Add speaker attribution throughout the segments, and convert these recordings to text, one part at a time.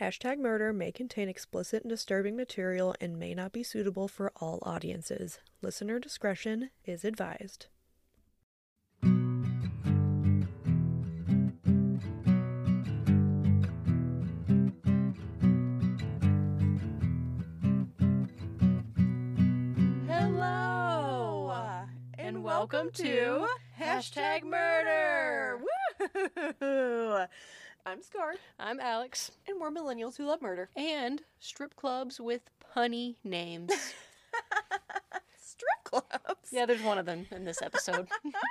Speaker 1: Hashtag Murder may contain explicit and disturbing material and may not be suitable for all audiences. Listener discretion is advised.
Speaker 2: Hello!
Speaker 1: And
Speaker 2: Woo!
Speaker 1: I'm Scar,
Speaker 2: I'm Alex,
Speaker 1: and we're millennials who love murder.
Speaker 2: and strip clubs with punny names.
Speaker 1: Strip clubs.
Speaker 2: yeah, there's one of them in this episode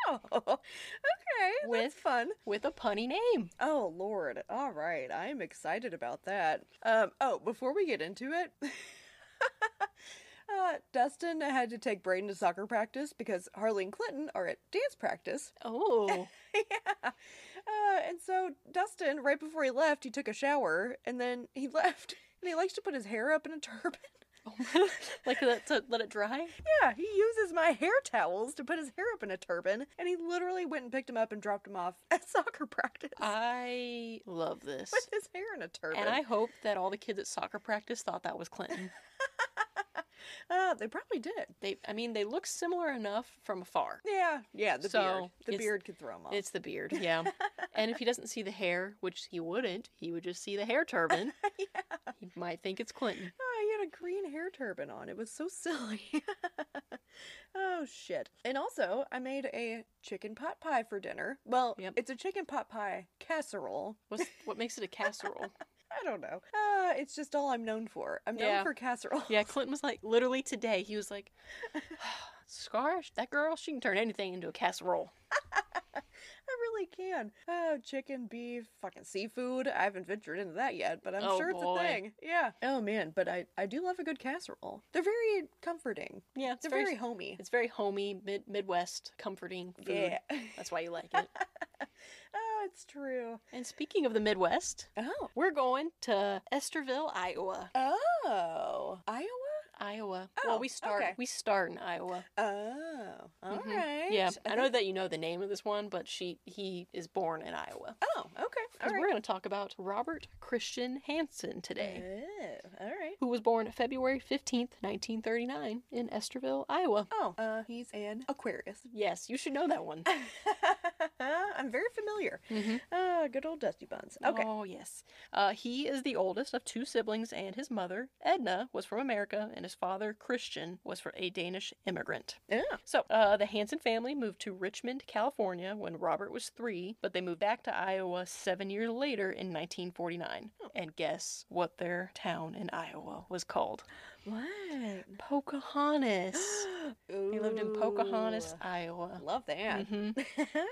Speaker 1: Oh, okay.
Speaker 2: With-
Speaker 1: With fun.
Speaker 2: with a punny name.
Speaker 1: Oh Lord! All right, I am excited about that. Um, oh, before we get into it, uh, Dustin had to take Braden to soccer practice because Harley and Clinton are at dance practice.
Speaker 2: Oh,
Speaker 1: yeah, uh, and so Dustin, right before he left, he took a shower and then he left. And he likes to put his hair up in a turban.
Speaker 2: Oh. like that to let it dry?
Speaker 1: Yeah, he uses my hair towels to put his hair up in a turban, and he literally went and picked him up and dropped him off at soccer practice
Speaker 2: I love this.
Speaker 1: with his hair in a turban.
Speaker 2: Uh, And I hope that all the kids at soccer practice thought that was Clinton.
Speaker 1: Uh, they probably did.
Speaker 2: They, I mean, they look similar enough from afar.
Speaker 1: Yeah, yeah, the beard.
Speaker 2: So,
Speaker 1: The
Speaker 2: it's-
Speaker 1: beard could throw him off.
Speaker 2: It's the beard, yeah. and if he doesn't see the hair, which he wouldn't, he would just see the hair turban. He might think it's Clinton.
Speaker 1: Oh, he had a green hair turban on. It was so silly. oh shit! And also, I made a chicken pot pie for dinner. Well,
Speaker 2: Yep.
Speaker 1: it's a chicken pot pie casserole.
Speaker 2: What's, what makes it a casserole?
Speaker 1: I don't know. Uh, it's just all I'm known for. I'm known
Speaker 2: Yeah.
Speaker 1: for casserole.
Speaker 2: Yeah, Clinton was like, literally today, he was like, Scar, that girl, she can turn anything into a casserole.
Speaker 1: I really can. Oh, chicken, beef, fucking seafood. I haven't ventured into that yet, but I'm
Speaker 2: Oh,
Speaker 1: sure it's
Speaker 2: boy.
Speaker 1: a thing. Yeah. Oh man, but I I do love a good casserole. They're very comforting.
Speaker 2: Yeah, it's
Speaker 1: They're
Speaker 2: very,
Speaker 1: very homey.
Speaker 2: it's very homey, mid Midwest, comforting food.
Speaker 1: Yeah.
Speaker 2: That's why you like it.
Speaker 1: Oh, it's true.
Speaker 2: and speaking of the Midwest,
Speaker 1: Oh.
Speaker 2: we're going to Esterville, Iowa.
Speaker 1: Oh. Iowa?
Speaker 2: Iowa.
Speaker 1: Oh,
Speaker 2: well, we start
Speaker 1: okay.
Speaker 2: we start in Iowa.
Speaker 1: Oh. all right.
Speaker 2: Mhm. Yeah, I, know
Speaker 1: think-
Speaker 2: that you know the name of this one, but she he is born in Iowa.
Speaker 1: Oh, okay.
Speaker 2: Because
Speaker 1: All
Speaker 2: we're
Speaker 1: right.
Speaker 2: going to talk about Robert Christian Hansen today,
Speaker 1: Oh, all right.
Speaker 2: who was born February fifteenth, nineteen thirty nine, in Esterville, Iowa.
Speaker 1: Oh, uh, he's an Aquarius.
Speaker 2: Yes, you should know that one.
Speaker 1: I'm very familiar.
Speaker 2: Mhm.
Speaker 1: Ah, good old Dusty Buns. Okay.
Speaker 2: Oh yes. Uh, he is the oldest of two siblings, and his mother Edna was from America, and his father Christian was from a Danish immigrant.
Speaker 1: Yeah.
Speaker 2: So, uh, the Hansen family moved to Richmond, California when Robert was three, but they moved back to Iowa seven years later in 1949. And guess what their town in Iowa was called?
Speaker 1: What?
Speaker 2: Pocahontas. They lived in Pocahontas, Iowa.
Speaker 1: Love that.
Speaker 2: hmm
Speaker 1: okay.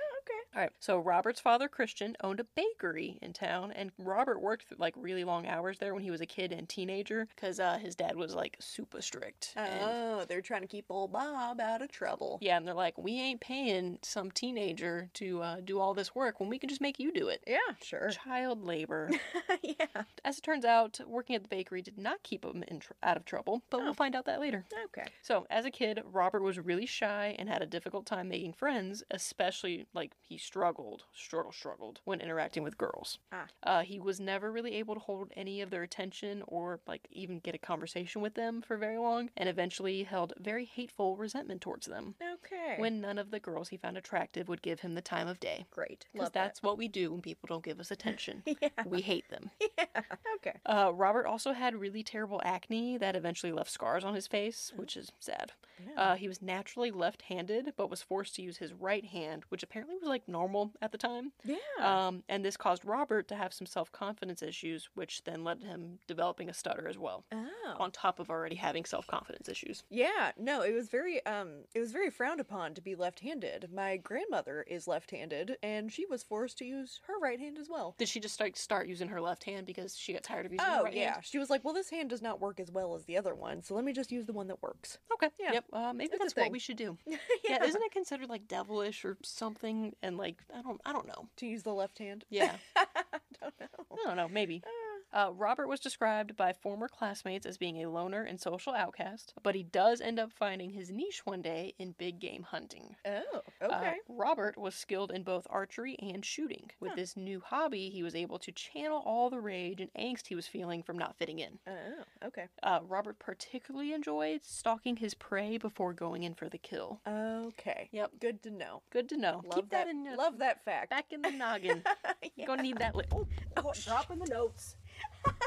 Speaker 2: All right. So Robert's father, Christian, owned a bakery in town, and Robert worked like really long hours there when he was a kid and teenager because uh, his dad was like super strict. And,
Speaker 1: Oh, they're trying to keep old Bob out of trouble.
Speaker 2: yeah, and they're like, we ain't paying some teenager to uh, do all this work when we can just make you do it.
Speaker 1: Yeah, sure.
Speaker 2: Child labor.
Speaker 1: yeah.
Speaker 2: As it turns out, working at the bakery did not keep him in tr- out of trouble, but we'll
Speaker 1: Oh.
Speaker 2: find out that later.
Speaker 1: Okay.
Speaker 2: So, as a kid, Robert was really shy and had a difficult time making friends, especially like he struggled, struggle, struggled when interacting with girls.
Speaker 1: Ah.
Speaker 2: Uh, he was never really able to hold any of their attention or like even get a conversation with them for very long, and eventually held very hateful resentment towards them
Speaker 1: Okay.
Speaker 2: when none of the girls he found attractive would give him the time of day.
Speaker 1: great.
Speaker 2: Because
Speaker 1: Love
Speaker 2: that's what we do when people don't give us attention.
Speaker 1: that. Yeah.
Speaker 2: we hate them.
Speaker 1: Yeah. Okay.
Speaker 2: Uh, Robert also had really terrible acne that eventually left scars on his face, which is sad. Uh, he was naturally left handed, but was forced to use his right hand, which apparently was like normal at the time.
Speaker 1: yeah.
Speaker 2: Um, and this caused Robert to have some self confidence issues, which then led to him developing a stutter as well,
Speaker 1: oh.
Speaker 2: on top of already having self confidence issues.
Speaker 1: Yeah, no, it was very um it was very frowned upon to be left-handed. My grandmother is left-handed and she was forced to use her right hand as well.
Speaker 2: Did she just like start using her left hand because she got tired of using her
Speaker 1: Oh
Speaker 2: right
Speaker 1: yeah,
Speaker 2: hand?
Speaker 1: she was like, "Well, this hand does not work as well as the other one, so let me just use the one that works."
Speaker 2: Okay.
Speaker 1: Yeah.
Speaker 2: Yep. Uh, maybe
Speaker 1: It's a
Speaker 2: that's what
Speaker 1: thing.
Speaker 2: we should do.
Speaker 1: yeah,
Speaker 2: yeah. Isn't it considered like devilish or something? And like I don't I don't know.
Speaker 1: to use the left hand?
Speaker 2: Yeah.
Speaker 1: I don't know.
Speaker 2: I don't know, maybe.
Speaker 1: Uh,
Speaker 2: Uh, Robert was described by former classmates as being a loner and social outcast, but he does end up finding his niche one day in big game hunting.
Speaker 1: Oh,
Speaker 2: Uh,
Speaker 1: okay.
Speaker 2: Robert was skilled in both archery and shooting. With
Speaker 1: Huh.
Speaker 2: this new hobby, he was able to channel all the rage and angst he was feeling from not fitting in.
Speaker 1: oh, okay.
Speaker 2: Uh, Robert particularly enjoyed stalking his prey before going in for the kill.
Speaker 1: Okay.
Speaker 2: Yep.
Speaker 1: Good to know.
Speaker 2: Good to know.
Speaker 1: Love
Speaker 2: Keep that, in your
Speaker 1: love that fact.
Speaker 2: back in the noggin.
Speaker 1: Yeah.
Speaker 2: You're gonna need that later.
Speaker 1: Oh, dropping the notes.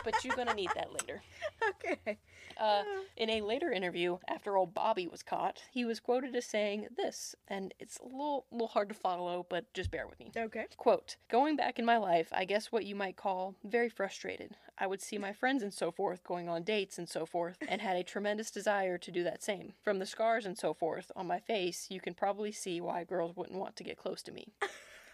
Speaker 2: but you're gonna need that later.
Speaker 1: Okay.
Speaker 2: Uh, in a later interview, after old Bobby was caught, he was quoted as saying this, and it's a little, little hard to follow, but just bear with me.
Speaker 1: Okay.
Speaker 2: Quote, going back in my life, I guess what you might call very frustrated. I would see my friends and so forth going on dates and so forth, and had a tremendous desire to do that same. From the scars and so forth on my face, you can probably see why girls wouldn't want to get close to me.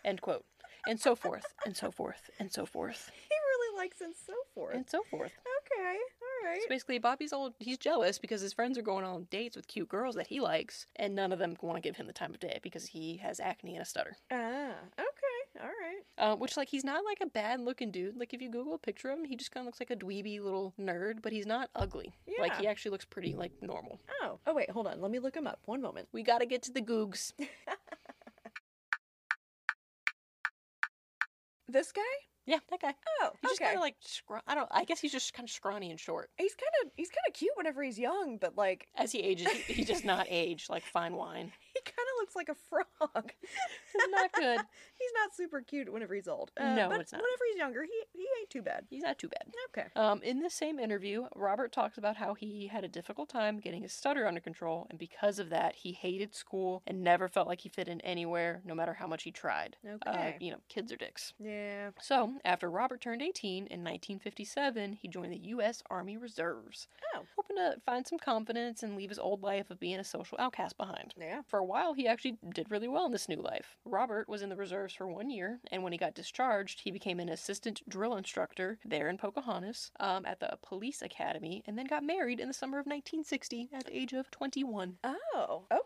Speaker 2: End quote. And so forth, and so forth, and so forth,
Speaker 1: He really likes and so forth.
Speaker 2: and so forth.
Speaker 1: Okay. All right.
Speaker 2: So basically, Bobby's all he's jealous because his friends are going on dates with cute girls that he likes, and none of them want to give him the time of day because he has acne and a stutter.
Speaker 1: Ah. Okay. All right.
Speaker 2: Uh, which, like, he's not like a bad looking dude. Like, if you Google a picture of him, he just kind of looks like a dweeby little nerd, but he's not ugly. Like, he
Speaker 1: Yeah.
Speaker 2: actually looks pretty, like, normal.
Speaker 1: Oh. Oh wait. Hold on. Let me look him up. One moment.
Speaker 2: We gotta get to the googs.
Speaker 1: This guy.
Speaker 2: yeah, that guy.
Speaker 1: Oh.
Speaker 2: He's just
Speaker 1: okay.
Speaker 2: kind of like, scr- I don't, I guess he's just kind of scrawny and short.
Speaker 1: he's kind of he's kind of cute whenever he's young, but like
Speaker 2: As he ages, he, he does not age like fine wine.
Speaker 1: he kind of looks like a frog.
Speaker 2: Not good.
Speaker 1: He's not super cute whenever he's old. Uh,
Speaker 2: No,
Speaker 1: but
Speaker 2: it's not.
Speaker 1: Whenever he's younger, he he ain't too bad.
Speaker 2: He's not too bad.
Speaker 1: Okay.
Speaker 2: Um, in this same interview, Robert talks about how he had a difficult time getting his stutter under control, and because of that, he hated school and never felt like he fit in anywhere, no matter how much he tried. Uh,
Speaker 1: Okay.
Speaker 2: you know, kids are dicks.
Speaker 1: yeah.
Speaker 2: So, after Robert turned 18 in 1957, he joined the U.S. Army Reserves,
Speaker 1: Oh.
Speaker 2: hoping to find some confidence and leave his old life of being a social outcast behind.
Speaker 1: Yeah.
Speaker 2: For a while, he actually did really well in this new life. Robert was in the reserves for one year, and when he got discharged, he became an assistant drill instructor there in Pocahontas um, at the police academy, and then got married in the summer of 1960 at the age of 21.
Speaker 1: Oh. Okay.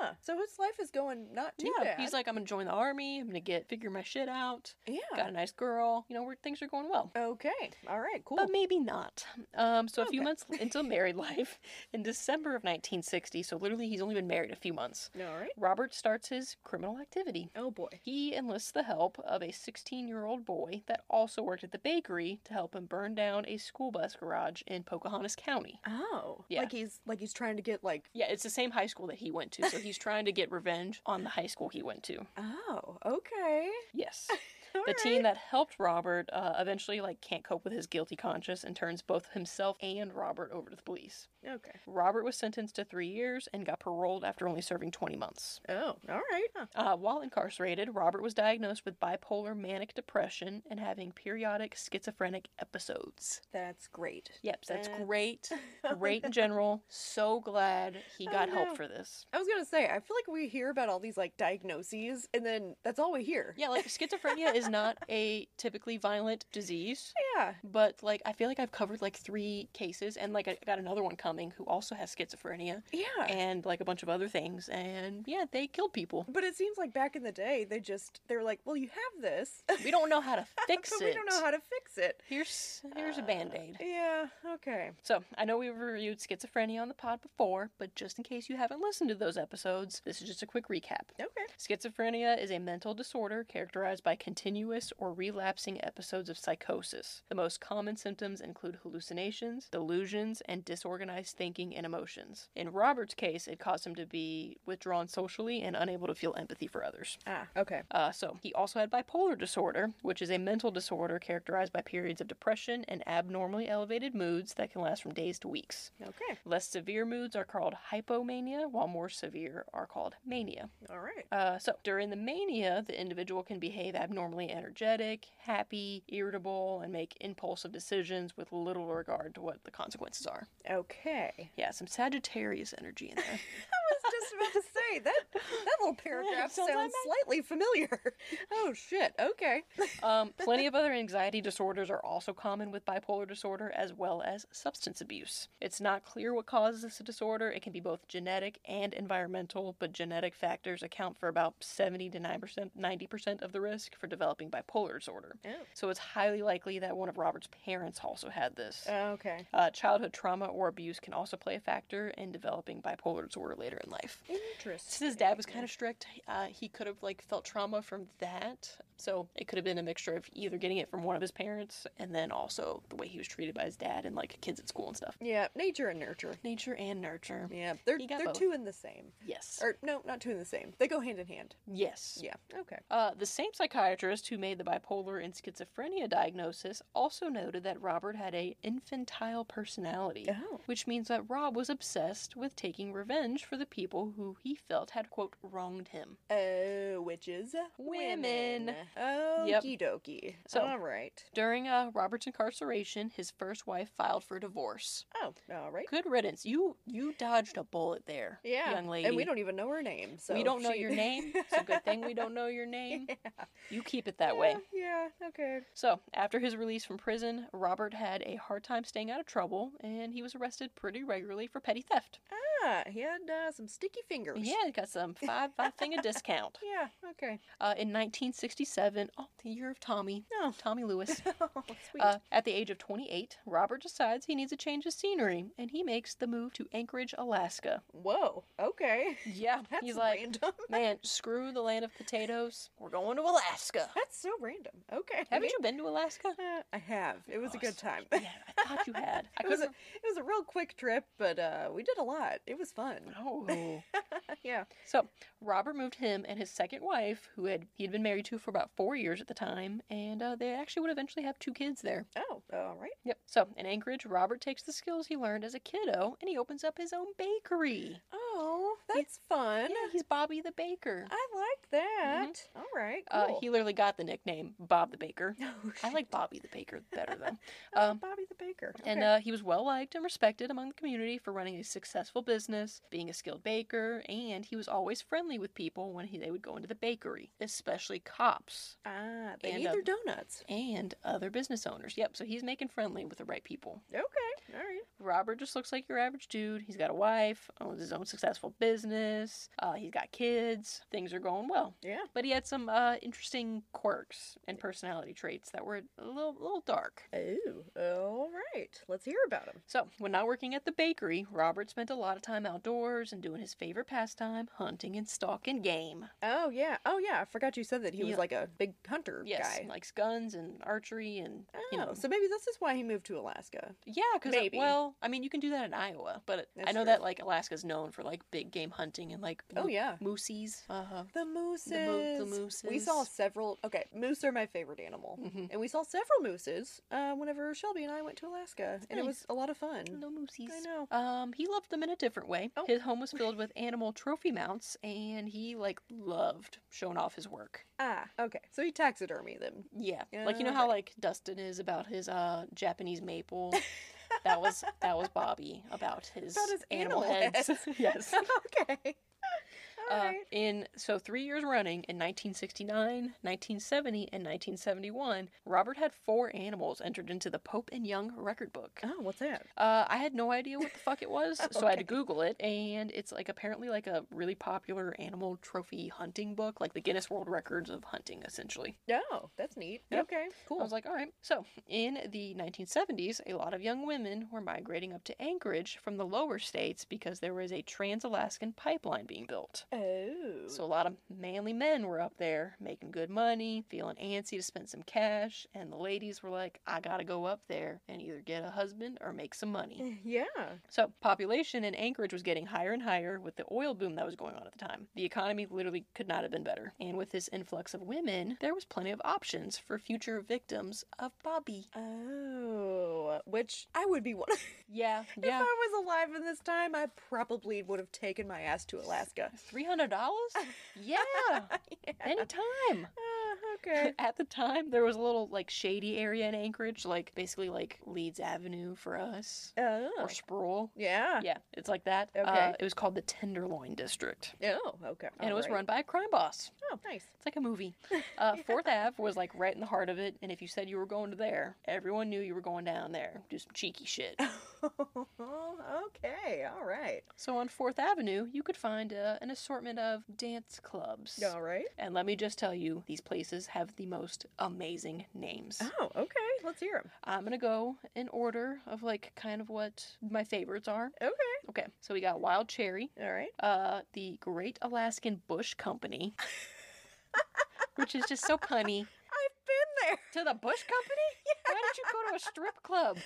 Speaker 1: Huh. So his life is going not too
Speaker 2: yeah,
Speaker 1: bad.
Speaker 2: he's like, I'm gonna join the army. I'm gonna get figure my shit out.
Speaker 1: yeah.
Speaker 2: Got a nice girl. You know, where things are going well.
Speaker 1: Okay. All right. Cool.
Speaker 2: But maybe not. Um, so a few
Speaker 1: Okay.
Speaker 2: months into married life, in December of 1960, so literally he's only been married a few months,
Speaker 1: All right.
Speaker 2: Robert starts his criminal activity.
Speaker 1: Oh boy.
Speaker 2: He enlists the help of a 16 year old boy that also worked at the bakery to help him burn down a school bus garage in Pocahontas County.
Speaker 1: Oh.
Speaker 2: Yeah.
Speaker 1: Like he's like he's trying to get like.
Speaker 2: Yeah, it's the same high school that he went to, so he's trying to get revenge on the high school he went to.
Speaker 1: Oh. Okay.
Speaker 2: Yes.
Speaker 1: All
Speaker 2: the team
Speaker 1: right.
Speaker 2: that helped Robert uh, eventually like can't cope with his guilty conscience and turns both himself and Robert over to the police.
Speaker 1: Okay.
Speaker 2: Robert was sentenced to three years and got paroled after only serving 20 months.
Speaker 1: Oh. All right. Huh.
Speaker 2: Uh, while incarcerated, Robert was diagnosed with bipolar manic depression and having periodic schizophrenic episodes.
Speaker 1: That's great.
Speaker 2: Yep, that's
Speaker 1: That's-
Speaker 2: great. Great in general. So glad he
Speaker 1: Oh,
Speaker 2: got
Speaker 1: no.
Speaker 2: help for this.
Speaker 1: I was gonna say, I feel like we hear about all these like diagnoses, and then that's all we hear.
Speaker 2: Yeah, like schizophrenia is not a typically violent disease.
Speaker 1: Yeah.
Speaker 2: But like I feel like I've covered like three cases and like I got another one coming who also has schizophrenia
Speaker 1: Yeah.
Speaker 2: and like a bunch of other things and yeah, they killed people.
Speaker 1: But it seems like back in the day, they just they're like, well, you have this,
Speaker 2: We don't know how to fix
Speaker 1: but
Speaker 2: it.
Speaker 1: we don't know how to fix it.
Speaker 2: Here's here's a
Speaker 1: Uh,
Speaker 2: band-aid.
Speaker 1: Yeah. Okay.
Speaker 2: So, I know we've reviewed schizophrenia on the pod before, but just in case you haven't listened to those episodes, this is just a quick recap.
Speaker 1: Okay.
Speaker 2: Schizophrenia is a mental disorder characterized by continuous or relapsing episodes of psychosis. The most common symptoms include hallucinations, delusions, and disorganized thinking and emotions. In Robert's case, it caused him to be withdrawn socially and unable to feel empathy for others.
Speaker 1: Ah. Okay.
Speaker 2: Uh, so, he also had bipolar disorder, which is a mental disorder characterized by periods of depression and abnormally elevated moods that can last from days to weeks.
Speaker 1: Okay.
Speaker 2: Less severe moods are called hypomania, while more severe are called mania.
Speaker 1: All right.
Speaker 2: Uh, so, during the mania, the individual can behave abnormally energetic, happy, irritable, and make impulsive decisions with little regard to what the consequences are.
Speaker 1: Okay.
Speaker 2: Yeah, some Sagittarius energy in there.
Speaker 1: I was just just about to say that that little paragraph
Speaker 2: sounds
Speaker 1: sounds,
Speaker 2: like
Speaker 1: slightly familiar. Oh shit. Okay.
Speaker 2: Um, plenty of other anxiety disorders are also common with bipolar disorder as well as substance abuse. It's not clear what causes this disorder. It can be both genetic and environmental, but genetic factors account for about 70 to 9%, 90% of the risk for developing bipolar disorder.
Speaker 1: Oh.
Speaker 2: So it's highly likely that one of Robert's parents also had this.
Speaker 1: Oh, Okay.
Speaker 2: Uh, childhood trauma or abuse can also play a factor in developing bipolar disorder later in life.
Speaker 1: Interesting.
Speaker 2: Since his dad was kind of strict, uh, he could have like felt trauma from that. So it could have been a mixture of either getting it from one of his parents and then also the way he was treated by his dad and like kids at school and stuff.
Speaker 1: Yeah, nature and nurture.
Speaker 2: Nature and nurture.
Speaker 1: Yeah, they're
Speaker 2: He got
Speaker 1: they're
Speaker 2: both.
Speaker 1: two in the same.
Speaker 2: Yes.
Speaker 1: Or no, not two in the same. They go hand in hand.
Speaker 2: yes.
Speaker 1: Yeah. Okay.
Speaker 2: Uh, the same psychiatrist who made the bipolar and schizophrenia diagnosis also noted that Robert had a infantile personality,
Speaker 1: Oh.
Speaker 2: which means that Rob was obsessed with taking revenge for the people who he felt had quote wronged him.
Speaker 1: Oh, witches.
Speaker 2: Uh, Women.
Speaker 1: Okie
Speaker 2: Yep.
Speaker 1: dokie.
Speaker 2: So-
Speaker 1: all right.
Speaker 2: During uh, Robert's incarceration, his first wife filed for divorce.
Speaker 1: Oh, all right.
Speaker 2: Good riddance. You you dodged a bullet there,
Speaker 1: Yeah.
Speaker 2: young lady.
Speaker 1: And we don't even know her name. So
Speaker 2: we don't know
Speaker 1: she-
Speaker 2: your name. It's a good thing we don't know your name.
Speaker 1: Yeah.
Speaker 2: You keep it that way.
Speaker 1: Yeah. yeah, Okay.
Speaker 2: So, after his release from prison, Robert had a hard time staying out of trouble, and he was arrested pretty regularly for petty theft.
Speaker 1: Ah, he had uh, some sticky fingers.
Speaker 2: Yeah, he got some five five finger discount.
Speaker 1: Yeah. Okay.
Speaker 2: Uh, in 1967, oh, the year of Tommy,
Speaker 1: Oh.
Speaker 2: Tommy Lewis.
Speaker 1: Oh, sweet.
Speaker 2: Uh, at the age of 28, Robert decides he needs a change of scenery, and he makes the move to Anchorage, Alaska.
Speaker 1: Whoa. Okay.
Speaker 2: Yeah,
Speaker 1: That's
Speaker 2: he's like,
Speaker 1: random.
Speaker 2: man, screw the land of potatoes. We're going to Alaska.
Speaker 1: That's so random. Okay.
Speaker 2: Haven't you been to Alaska?
Speaker 1: Uh, I have. It was a good time.
Speaker 2: Yeah, I thought you had. I
Speaker 1: It was, a,
Speaker 2: couldn't.
Speaker 1: it was a real quick trip, but uh, we did a lot. It was fun.
Speaker 2: Oh.
Speaker 1: yeah.
Speaker 2: So Robert moved him and his second wife, who had he had been married to for about four years at the time, and uh, they actually would eventually have two kids there.
Speaker 1: Oh, all right.
Speaker 2: Yep. So in Anchorage, Robert takes the skills he learned as a kiddo and he opens up his own bakery.
Speaker 1: Oh, that's fun.
Speaker 2: Yeah, he's Bobby the Baker.
Speaker 1: I like that. All right. Cool.
Speaker 2: Uh, he literally got the nickname Bob the Baker.
Speaker 1: Oh,
Speaker 2: I
Speaker 1: shit.
Speaker 2: like Bobby the Baker better though.
Speaker 1: Oh,
Speaker 2: Um,
Speaker 1: Bobby the Baker.
Speaker 2: and
Speaker 1: Okay.
Speaker 2: uh, he was well liked and respected among the community for running a successful business, being a skilled baker, and he was always friendly with people when he, they would go into the bakery, especially cops.
Speaker 1: ah, they
Speaker 2: and,
Speaker 1: eat
Speaker 2: uh,
Speaker 1: their donuts.
Speaker 2: and other business owners. Yep, so he's making friendly with the right people.
Speaker 1: Okay. All right.
Speaker 2: Robert just looks like your average dude. He's got a wife, owns his own successful business, uh, he's got kids. Things are going well.
Speaker 1: Yeah.
Speaker 2: But he had some uh, interesting quirks and personality traits that were a little, little dark.
Speaker 1: Oh, all right. Let's hear about him.
Speaker 2: So, when not working at the bakery, Robert spent a lot of time outdoors and doing his favorite pastime, hunting and stalking game.
Speaker 1: Oh yeah. Oh yeah. I forgot you said that he
Speaker 2: Yeah.
Speaker 1: was like a big hunter
Speaker 2: Yes,
Speaker 1: guy.
Speaker 2: likes guns and archery and,
Speaker 1: Oh,
Speaker 2: you know,
Speaker 1: so maybe this is why he moved to Alaska.
Speaker 2: Yeah, because
Speaker 1: Maybe.
Speaker 2: well, I mean, you can do that in Iowa, but I
Speaker 1: That's
Speaker 2: know
Speaker 1: true.
Speaker 2: that like Alaska's known for like big game hunting and like
Speaker 1: Oh
Speaker 2: mo-
Speaker 1: yeah.
Speaker 2: mooses. Uh huh.
Speaker 1: The mooses.
Speaker 2: the
Speaker 1: We saw
Speaker 2: mooses.
Speaker 1: several. Okay, moose are my favorite animal,
Speaker 2: Mhm.
Speaker 1: Mm. and we saw several mooses uh, whenever Shelby and I went to Alaska, and it
Speaker 2: nice.
Speaker 1: was a lot of fun.
Speaker 2: No mooses.
Speaker 1: I know.
Speaker 2: Um, he loved them in a different way.
Speaker 1: Oh.
Speaker 2: His home was filled with animal trophy mounts, and he like loved showing off his work.
Speaker 1: Ah, okay. So he taxidermy them.
Speaker 2: Yeah, like you know how
Speaker 1: Okay.
Speaker 2: like Dustin is about his uh Japanese maple. that was that was Bobby about his,
Speaker 1: About his
Speaker 2: animal,
Speaker 1: animal
Speaker 2: heads. yes.
Speaker 1: okay. All
Speaker 2: Uh,
Speaker 1: right.
Speaker 2: in so three years running in 1969 1970 and 1971 robert had four animals entered into the pope and young record book
Speaker 1: oh, what's that?
Speaker 2: uh, i had no idea what the fuck it was so i had to
Speaker 1: Okay.
Speaker 2: google it and it's like apparently like a really popular animal trophy hunting book like the guinness world records of hunting essentially
Speaker 1: Oh, that's neat.
Speaker 2: Yep.
Speaker 1: Okay, cool.
Speaker 2: I was like, all right. So, in the 1970s, a lot of young women were migrating up to Anchorage from the lower states because there was a trans Alaskan pipeline being built.
Speaker 1: oh,
Speaker 2: So a lot of manly men were up there making good money, feeling antsy to spend some cash, and the ladies were like, I gotta go up there and either get a husband or make some money.
Speaker 1: yeah.
Speaker 2: So population in Anchorage was getting higher and higher with the oil boom that was going on at the time. The economy literally could not have been better. And with this influx of women, there was plenty of options for future victims of Bobby.
Speaker 1: Oh, which I would be one.
Speaker 2: Yeah,
Speaker 1: If I
Speaker 2: yeah.
Speaker 1: was alive in this time, I probably would have taken my ass to Alaska.
Speaker 2: $300? Yeah,
Speaker 1: yeah.
Speaker 2: anytime.
Speaker 1: Uh-huh. Okay.
Speaker 2: At the time, there was a little like shady area in Anchorage, like basically like Leeds Avenue for us
Speaker 1: Oh.
Speaker 2: or Sproul.
Speaker 1: Yeah.
Speaker 2: Yeah, it's like that.
Speaker 1: Okay.
Speaker 2: Uh, it was called the Tenderloin District,
Speaker 1: Oh, okay.
Speaker 2: and it was
Speaker 1: Alright.
Speaker 2: run by a crime boss.
Speaker 1: Oh, nice.
Speaker 2: It's like a movie. Uh, Fourth Ave was like right in the heart of it, and if you said you were going to there, everyone knew you were going down there. Do some cheeky shit.
Speaker 1: okay. All right.
Speaker 2: so on Fourth Avenue, you could find uh, an assortment of dance clubs.
Speaker 1: All right.
Speaker 2: And let me just tell you, these places have the most amazing names.
Speaker 1: Oh, okay. Let's hear them.
Speaker 2: I'm gonna go in order of like kind of what my favorites are.
Speaker 1: Okay.
Speaker 2: Okay, so we got Wild Cherry,
Speaker 1: All right.
Speaker 2: uh, the Great Alaskan Bush Company, which is just so punny.
Speaker 1: I've been there.
Speaker 2: To the Bush Company? Why did you go to a strip club?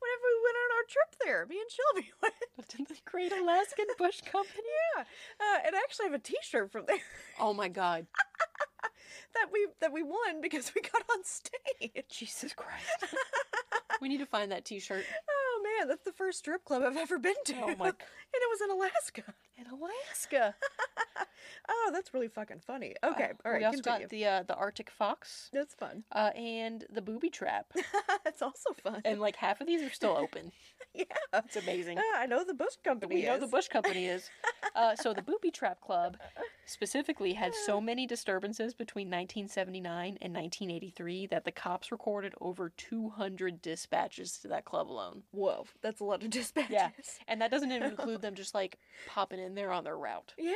Speaker 1: Whenever we went on our trip there, me and Shelby went.
Speaker 2: To the Great Alaskan Bush Company?
Speaker 1: Yeah. Uh, and I actually have a T-shirt from there
Speaker 2: Oh my God,
Speaker 1: that we that we won because we got on stage.
Speaker 2: Jesus Christ! we need to find that T-shirt.
Speaker 1: Oh man, that's the first strip club I've ever been to.
Speaker 2: Oh my,
Speaker 1: and it was in Alaska.
Speaker 2: in Alaska.
Speaker 1: Oh, that's really fucking funny. Okay.
Speaker 2: Uh,
Speaker 1: all right.
Speaker 2: We also
Speaker 1: continue.
Speaker 2: got the uh, the Arctic Fox
Speaker 1: That's fun.
Speaker 2: uh, and the Booby Trap,
Speaker 1: that's also fun.
Speaker 2: and like half of these are still open.
Speaker 1: yeah.
Speaker 2: It's amazing.
Speaker 1: Ah, I know the Bush Company.
Speaker 2: we know
Speaker 1: is.
Speaker 2: the Bush Company is. Uh, so the Booby Trap Club specifically had so many disturbances between 1979 and 1983 that the cops recorded over 200 dispatches to that club alone.
Speaker 1: Whoa, that's a lot of dispatches.
Speaker 2: Yeah. And that doesn't even include them just like popping in there on their route.
Speaker 1: Yeah.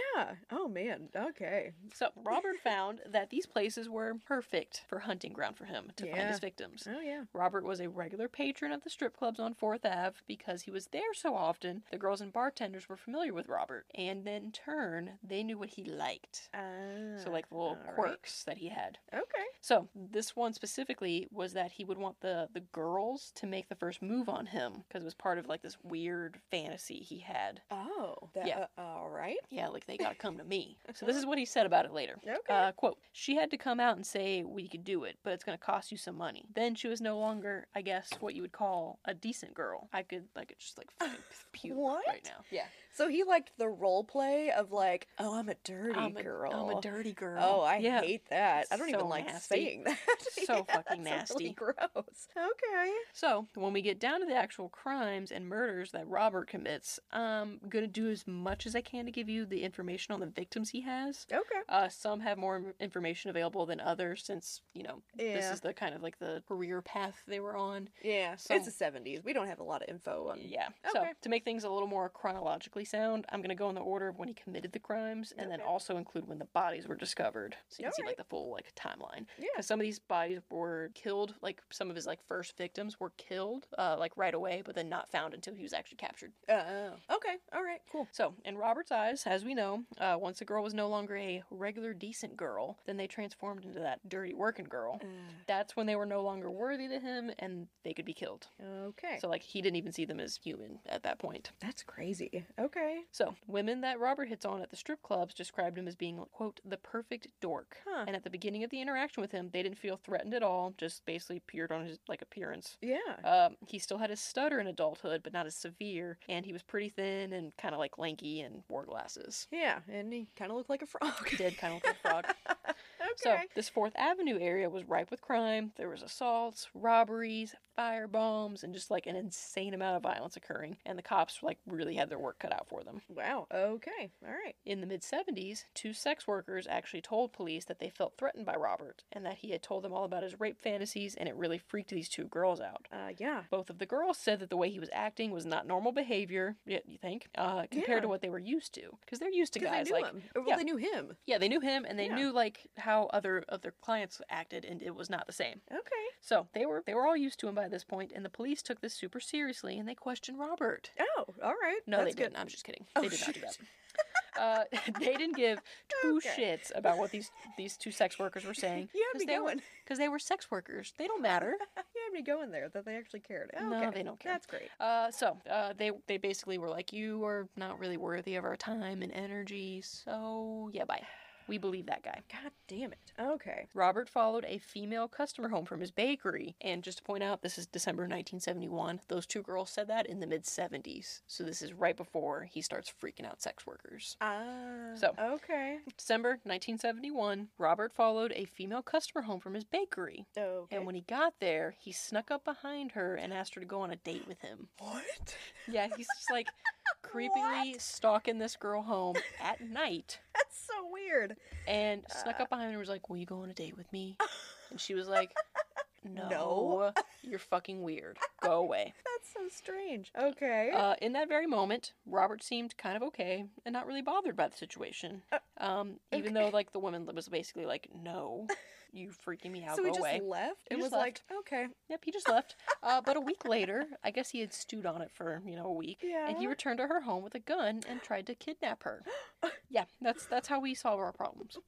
Speaker 1: Oh man. Okay.
Speaker 2: So Robert found that these places were perfect for hunting ground for him to find
Speaker 1: Yeah.
Speaker 2: his victims.
Speaker 1: Oh yeah.
Speaker 2: Robert was a regular patron of the strip clubs on 4th Ave because he was there so often, the girls and bartenders were familiar with Robert, and in turn, they knew what he liked.
Speaker 1: Ah.
Speaker 2: So, like the little
Speaker 1: all right.
Speaker 2: quirks that he had.
Speaker 1: Okay.
Speaker 2: So, this one specifically was that he would want the, the girls to make the first move on him because it was part of like this weird fantasy he had.
Speaker 1: Oh. That,
Speaker 2: Yeah.
Speaker 1: uh, all right.
Speaker 2: Yeah, like they gotta come to me. So, this is what he said about it later.
Speaker 1: Okay.
Speaker 2: Uh, quote, she had to come out and say, We could do it, but it's going to cost you some money. Then she was no longer, I guess, what you would call a decent girl. I could, I could just like fucking puke
Speaker 1: What?
Speaker 2: right now. Yeah.
Speaker 1: so he liked the role play of like, oh, I'm a dirty
Speaker 2: I'm a,
Speaker 1: girl.
Speaker 2: I'm a dirty girl.
Speaker 1: Oh, I
Speaker 2: yeah.
Speaker 1: hate that. I don't
Speaker 2: So
Speaker 1: even like
Speaker 2: nasty.
Speaker 1: saying that.
Speaker 2: So fucking
Speaker 1: that's really
Speaker 2: nasty.
Speaker 1: gross. Okay.
Speaker 2: So, when we get down to the actual crimes and murders that Robert commits, I'm going to do as much as I can to give you the information on the victims he has.
Speaker 1: Okay.
Speaker 2: Uh, some have more in- information available than others since, you know, this
Speaker 1: Yeah.
Speaker 2: is the kind of like the career path they were on.
Speaker 1: Yeah.
Speaker 2: So-
Speaker 1: it's the 70s. We don't have a lot of info on.
Speaker 2: Yeah.
Speaker 1: Mm.
Speaker 2: So
Speaker 1: Okay.
Speaker 2: to make things a little more chronologically sound, I'm going to go in the order of when he committed the crimes, and then
Speaker 1: Okay.
Speaker 2: also include when the bodies were discovered, so you can see
Speaker 1: Alright.
Speaker 2: like the full like timeline.
Speaker 1: Yeah.
Speaker 2: Because some of these bodies were killed, like some of his like first victims were killed, uh, like right away, but then not found until he was actually captured.
Speaker 1: Oh. Okay. All right. Cool.
Speaker 2: So in Robert's eyes, as we know, uh, once a girl was no longer a regular decent girl, then they transformed into that dirty working girl.
Speaker 1: Mm. Uh,
Speaker 2: That's when they were no longer worthy to him, and they could be killed.
Speaker 1: okay.
Speaker 2: So like he didn't even see them as human at that point.
Speaker 1: that's crazy. Okay.
Speaker 2: So, women that Robert hits on at the strip clubs described him as being, quote, the perfect dork.
Speaker 1: Huh.
Speaker 2: And at the beginning of the interaction with him, they didn't feel threatened at all, just basically peered on his, like, appearance.
Speaker 1: Yeah.
Speaker 2: Um, he still had a stutter in adulthood, but not as severe, and he was pretty thin and kind of, like, lanky and wore glasses.
Speaker 1: yeah. And he kind of looked like a frog.
Speaker 2: He did kind of look like a frog. So,
Speaker 1: okay.
Speaker 2: this Fourth Avenue area was ripe with crime. There was assaults, robberies, firebombs, and just, like, an insane amount of violence occurring. And the cops, like, really had their work cut out for them.
Speaker 1: wow. Okay. All right.
Speaker 2: In the mid 70s, two sex workers actually told police that they felt threatened by Robert and that he had told them all about his rape fantasies and it really freaked these two girls out.
Speaker 1: Uh, yeah.
Speaker 2: Both of the girls said that the way he was acting was not normal behavior, y- you think, uh, compared to
Speaker 1: Yeah.
Speaker 2: what they were used to. Because they're used to
Speaker 1: Because they
Speaker 2: guys
Speaker 1: knew
Speaker 2: like.
Speaker 1: him. Or, oh, Well,
Speaker 2: yeah.
Speaker 1: they knew him.
Speaker 2: Yeah, they knew him and they
Speaker 1: Yeah.
Speaker 2: knew like how other of their clients acted and it was not the same.
Speaker 1: Okay.
Speaker 2: So they were they were all used to him by this point and the police took this super seriously and they questioned Robert.
Speaker 1: Oh, all right.
Speaker 2: No,
Speaker 1: That's
Speaker 2: they
Speaker 1: good.
Speaker 2: didn't. I'm just kidding.
Speaker 1: Oh,
Speaker 2: they did not do
Speaker 1: shoot.
Speaker 2: that. Uh, they didn't give two
Speaker 1: Okay.
Speaker 2: shits about what these these two sex workers were saying.
Speaker 1: You had me
Speaker 2: they
Speaker 1: going.
Speaker 2: because they were sex workers. They don't matter.
Speaker 1: You had me going there that they actually cared. Okay.
Speaker 2: No, they don't care.
Speaker 1: That's great.
Speaker 2: Uh, so uh, they they basically were like, "You are not really worthy of our time and energy." So yeah, bye. We believe that guy.
Speaker 1: God damn it. Okay.
Speaker 2: Robert followed a female customer home from his bakery. And just to point out, this is December 1971. Those two girls said that in the mid 70s. So this is right before he starts freaking out sex workers.
Speaker 1: Ah.
Speaker 2: So-
Speaker 1: Okay.
Speaker 2: December 1971, Robert followed a female customer home from his bakery.
Speaker 1: Okay.
Speaker 2: And when he got there, he snuck up behind her and asked her to go on a date with him.
Speaker 1: what?
Speaker 2: Yeah, he's just like creepily stalking this girl home at night
Speaker 1: That's so weld
Speaker 2: and snuck
Speaker 1: Uh.
Speaker 2: up behind her and was like, Will you go on a date with me? And she was like, No, you're fucking weird. Go away.
Speaker 1: That's so strange. Okay.
Speaker 2: Uh, in that very moment, Robert seemed kind of okay and not really bothered by the situation. Um, even though,
Speaker 1: Uh, okay.
Speaker 2: like, the woman was basically like, No, you freaking me out.
Speaker 1: so
Speaker 2: go
Speaker 1: he just
Speaker 2: away.
Speaker 1: left.
Speaker 2: He
Speaker 1: it was
Speaker 2: just
Speaker 1: like okay.
Speaker 2: Yep, he just left. Uh, but a week later, I guess he had stewed on it for you know a week, and he
Speaker 1: Yeah.
Speaker 2: returned to her home with a gun and tried to kidnap her. Yeah, that's that's how we solve our problems.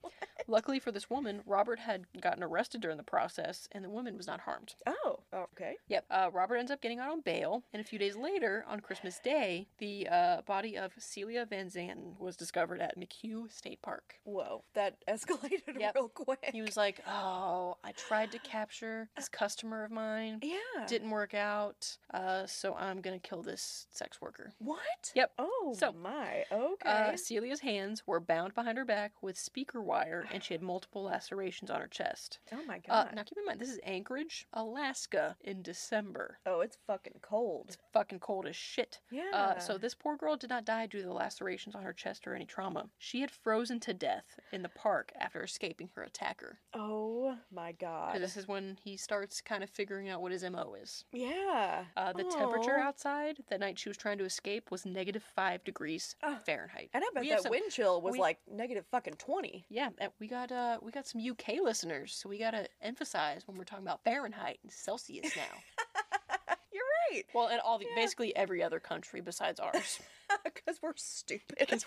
Speaker 2: Luckily for this woman, Robert had gotten arrested during the process, and the woman was not harmed.
Speaker 1: Oh. Okay.
Speaker 2: Yep, uh, Robert ends up getting out on bail, and a few days later, on Christmas Day, the uh, body of Celia Van Zandt was discovered at McHugh State Park.
Speaker 1: Whoa. That escalated
Speaker 2: Yep.
Speaker 1: real quick.
Speaker 2: He was like, "Oh, I tried to capture this customer of mine."
Speaker 1: yeah.
Speaker 2: didn't work out uh, so i'm gonna kill this sex worker
Speaker 1: what?
Speaker 2: Yep.
Speaker 1: Oh
Speaker 2: So,
Speaker 1: my. Okay.
Speaker 2: uh, celia's hands were bound behind her back with speaker wire and she had multiple lacerations on her chest
Speaker 1: oh my
Speaker 2: uh,
Speaker 1: god.
Speaker 2: now keep in mind this is anchorage alaska in december
Speaker 1: oh, it's fucking cold.
Speaker 2: it's fucking cold as shit
Speaker 1: Yeah.
Speaker 2: uh, so this poor girl did not die due to the lacerations on her chest or any trauma she had frozen to death in the park after escaping her attacker
Speaker 1: oh my
Speaker 2: 'Cause
Speaker 1: god.
Speaker 2: this is when he starts kind of figuring out what his mo is
Speaker 1: yeah.
Speaker 2: Uh, the temperature
Speaker 1: Aw.
Speaker 2: outside the night she was trying to escape was negative five degrees
Speaker 1: Ah.
Speaker 2: Fahrenheit.
Speaker 1: And I bet
Speaker 2: we have
Speaker 1: that
Speaker 2: some-
Speaker 1: wind chill was
Speaker 2: we-
Speaker 1: like negative fucking twenty.
Speaker 2: Yeah, and we got uh, we got some UK listeners, so we gotta emphasize when we're talking about Fahrenheit and Celsius now.
Speaker 1: You're right.
Speaker 2: well, and all the,
Speaker 1: Yeah.
Speaker 2: basically every other country besides ours.
Speaker 1: Because we're stupid.
Speaker 2: 'Cause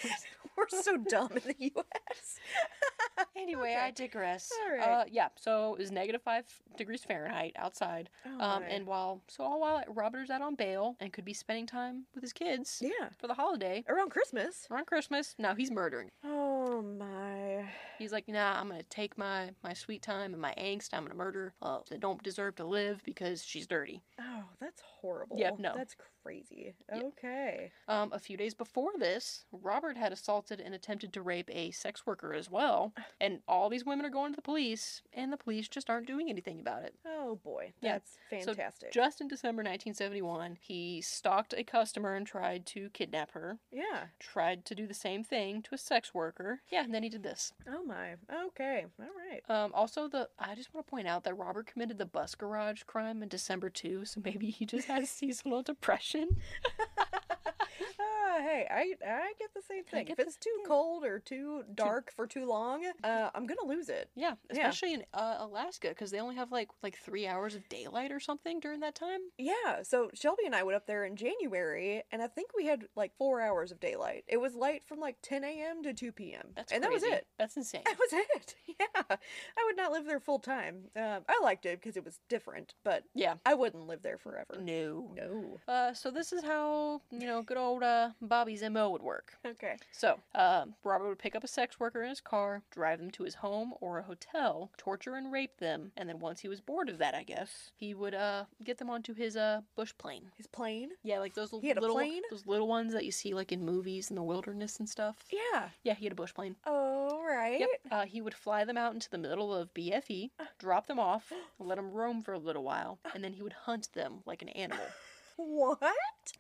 Speaker 1: we're, so dumb in the U.S.
Speaker 2: anyway,
Speaker 1: Okay.
Speaker 2: I digress.
Speaker 1: All right.
Speaker 2: Uh, yeah, so it was negative five degrees Fahrenheit outside.
Speaker 1: Oh
Speaker 2: um, and while so all while Robert's out on bail and could be spending time with his kids
Speaker 1: yeah,
Speaker 2: for the holiday
Speaker 1: around Christmas.
Speaker 2: around Christmas, now he's murdering.
Speaker 1: Oh my.
Speaker 2: He's like, nah, I'm gonna take my my sweet time and my angst. I'm gonna murder uh, that don't deserve to live because she's dirty.
Speaker 1: Oh, that's horrible.
Speaker 2: no.
Speaker 1: That's crazy.
Speaker 2: Yep.
Speaker 1: Okay.
Speaker 2: Um, a few days before this, Robert had assaulted and attempted to rape a sex worker as well. And all these women are going to the police, and the police just aren't doing anything about it.
Speaker 1: Oh boy,
Speaker 2: Yeah.
Speaker 1: that's fantastic.
Speaker 2: Just in December 1971, he stalked a customer and tried to kidnap her.
Speaker 1: yeah.
Speaker 2: Tried to do the same thing to a sex worker. Yeah, and then he did this.
Speaker 1: Oh my. Okay. All right.
Speaker 2: Um, also, the I just want to point out that Robert committed the bus garage crime in December too, so maybe he just has seasonal depression.
Speaker 1: Ah, hey, I I get the same thing.
Speaker 2: get
Speaker 1: If it's
Speaker 2: the-
Speaker 1: too
Speaker 2: yeah.
Speaker 1: cold or too dark for too long, uh, I'm gonna lose it.
Speaker 2: Yeah,
Speaker 1: Yeah.
Speaker 2: especially in uh, Alaska because they only have like like three hours of daylight or something during that time.
Speaker 1: Yeah, so Shelby and I went up there in January, and I think we had like four hours of daylight. It was light from like 10 a.m. to 2 p.m.
Speaker 2: That's
Speaker 1: and that
Speaker 2: crazy.
Speaker 1: was it.
Speaker 2: That's insane.
Speaker 1: That was it. Yeah, I would not live there full time. Um, I liked it because it was different, but
Speaker 2: Yeah.
Speaker 1: I wouldn't live there forever.
Speaker 2: No.
Speaker 1: No.
Speaker 2: Uh, so this is how you know good old uh, Bobby's mo would work.
Speaker 1: Okay.
Speaker 2: So, um, Robert would pick up a sex worker in his car, drive them to his home or a hotel, torture and rape them, and then once he was bored of that, I guess he would uh get them onto his uh bush plane.
Speaker 1: His plane.
Speaker 2: Yeah, like those l-
Speaker 1: He had a
Speaker 2: little
Speaker 1: plane?
Speaker 2: those little ones that you see like in movies in the wilderness and stuff.
Speaker 1: Yeah.
Speaker 2: Yeah, he had a bush plane.
Speaker 1: All right.
Speaker 2: Yep. Uh, he would fly them out into the middle of BFE, drop them off, let them roam for a little while, and then he would hunt them like an animal.
Speaker 1: What?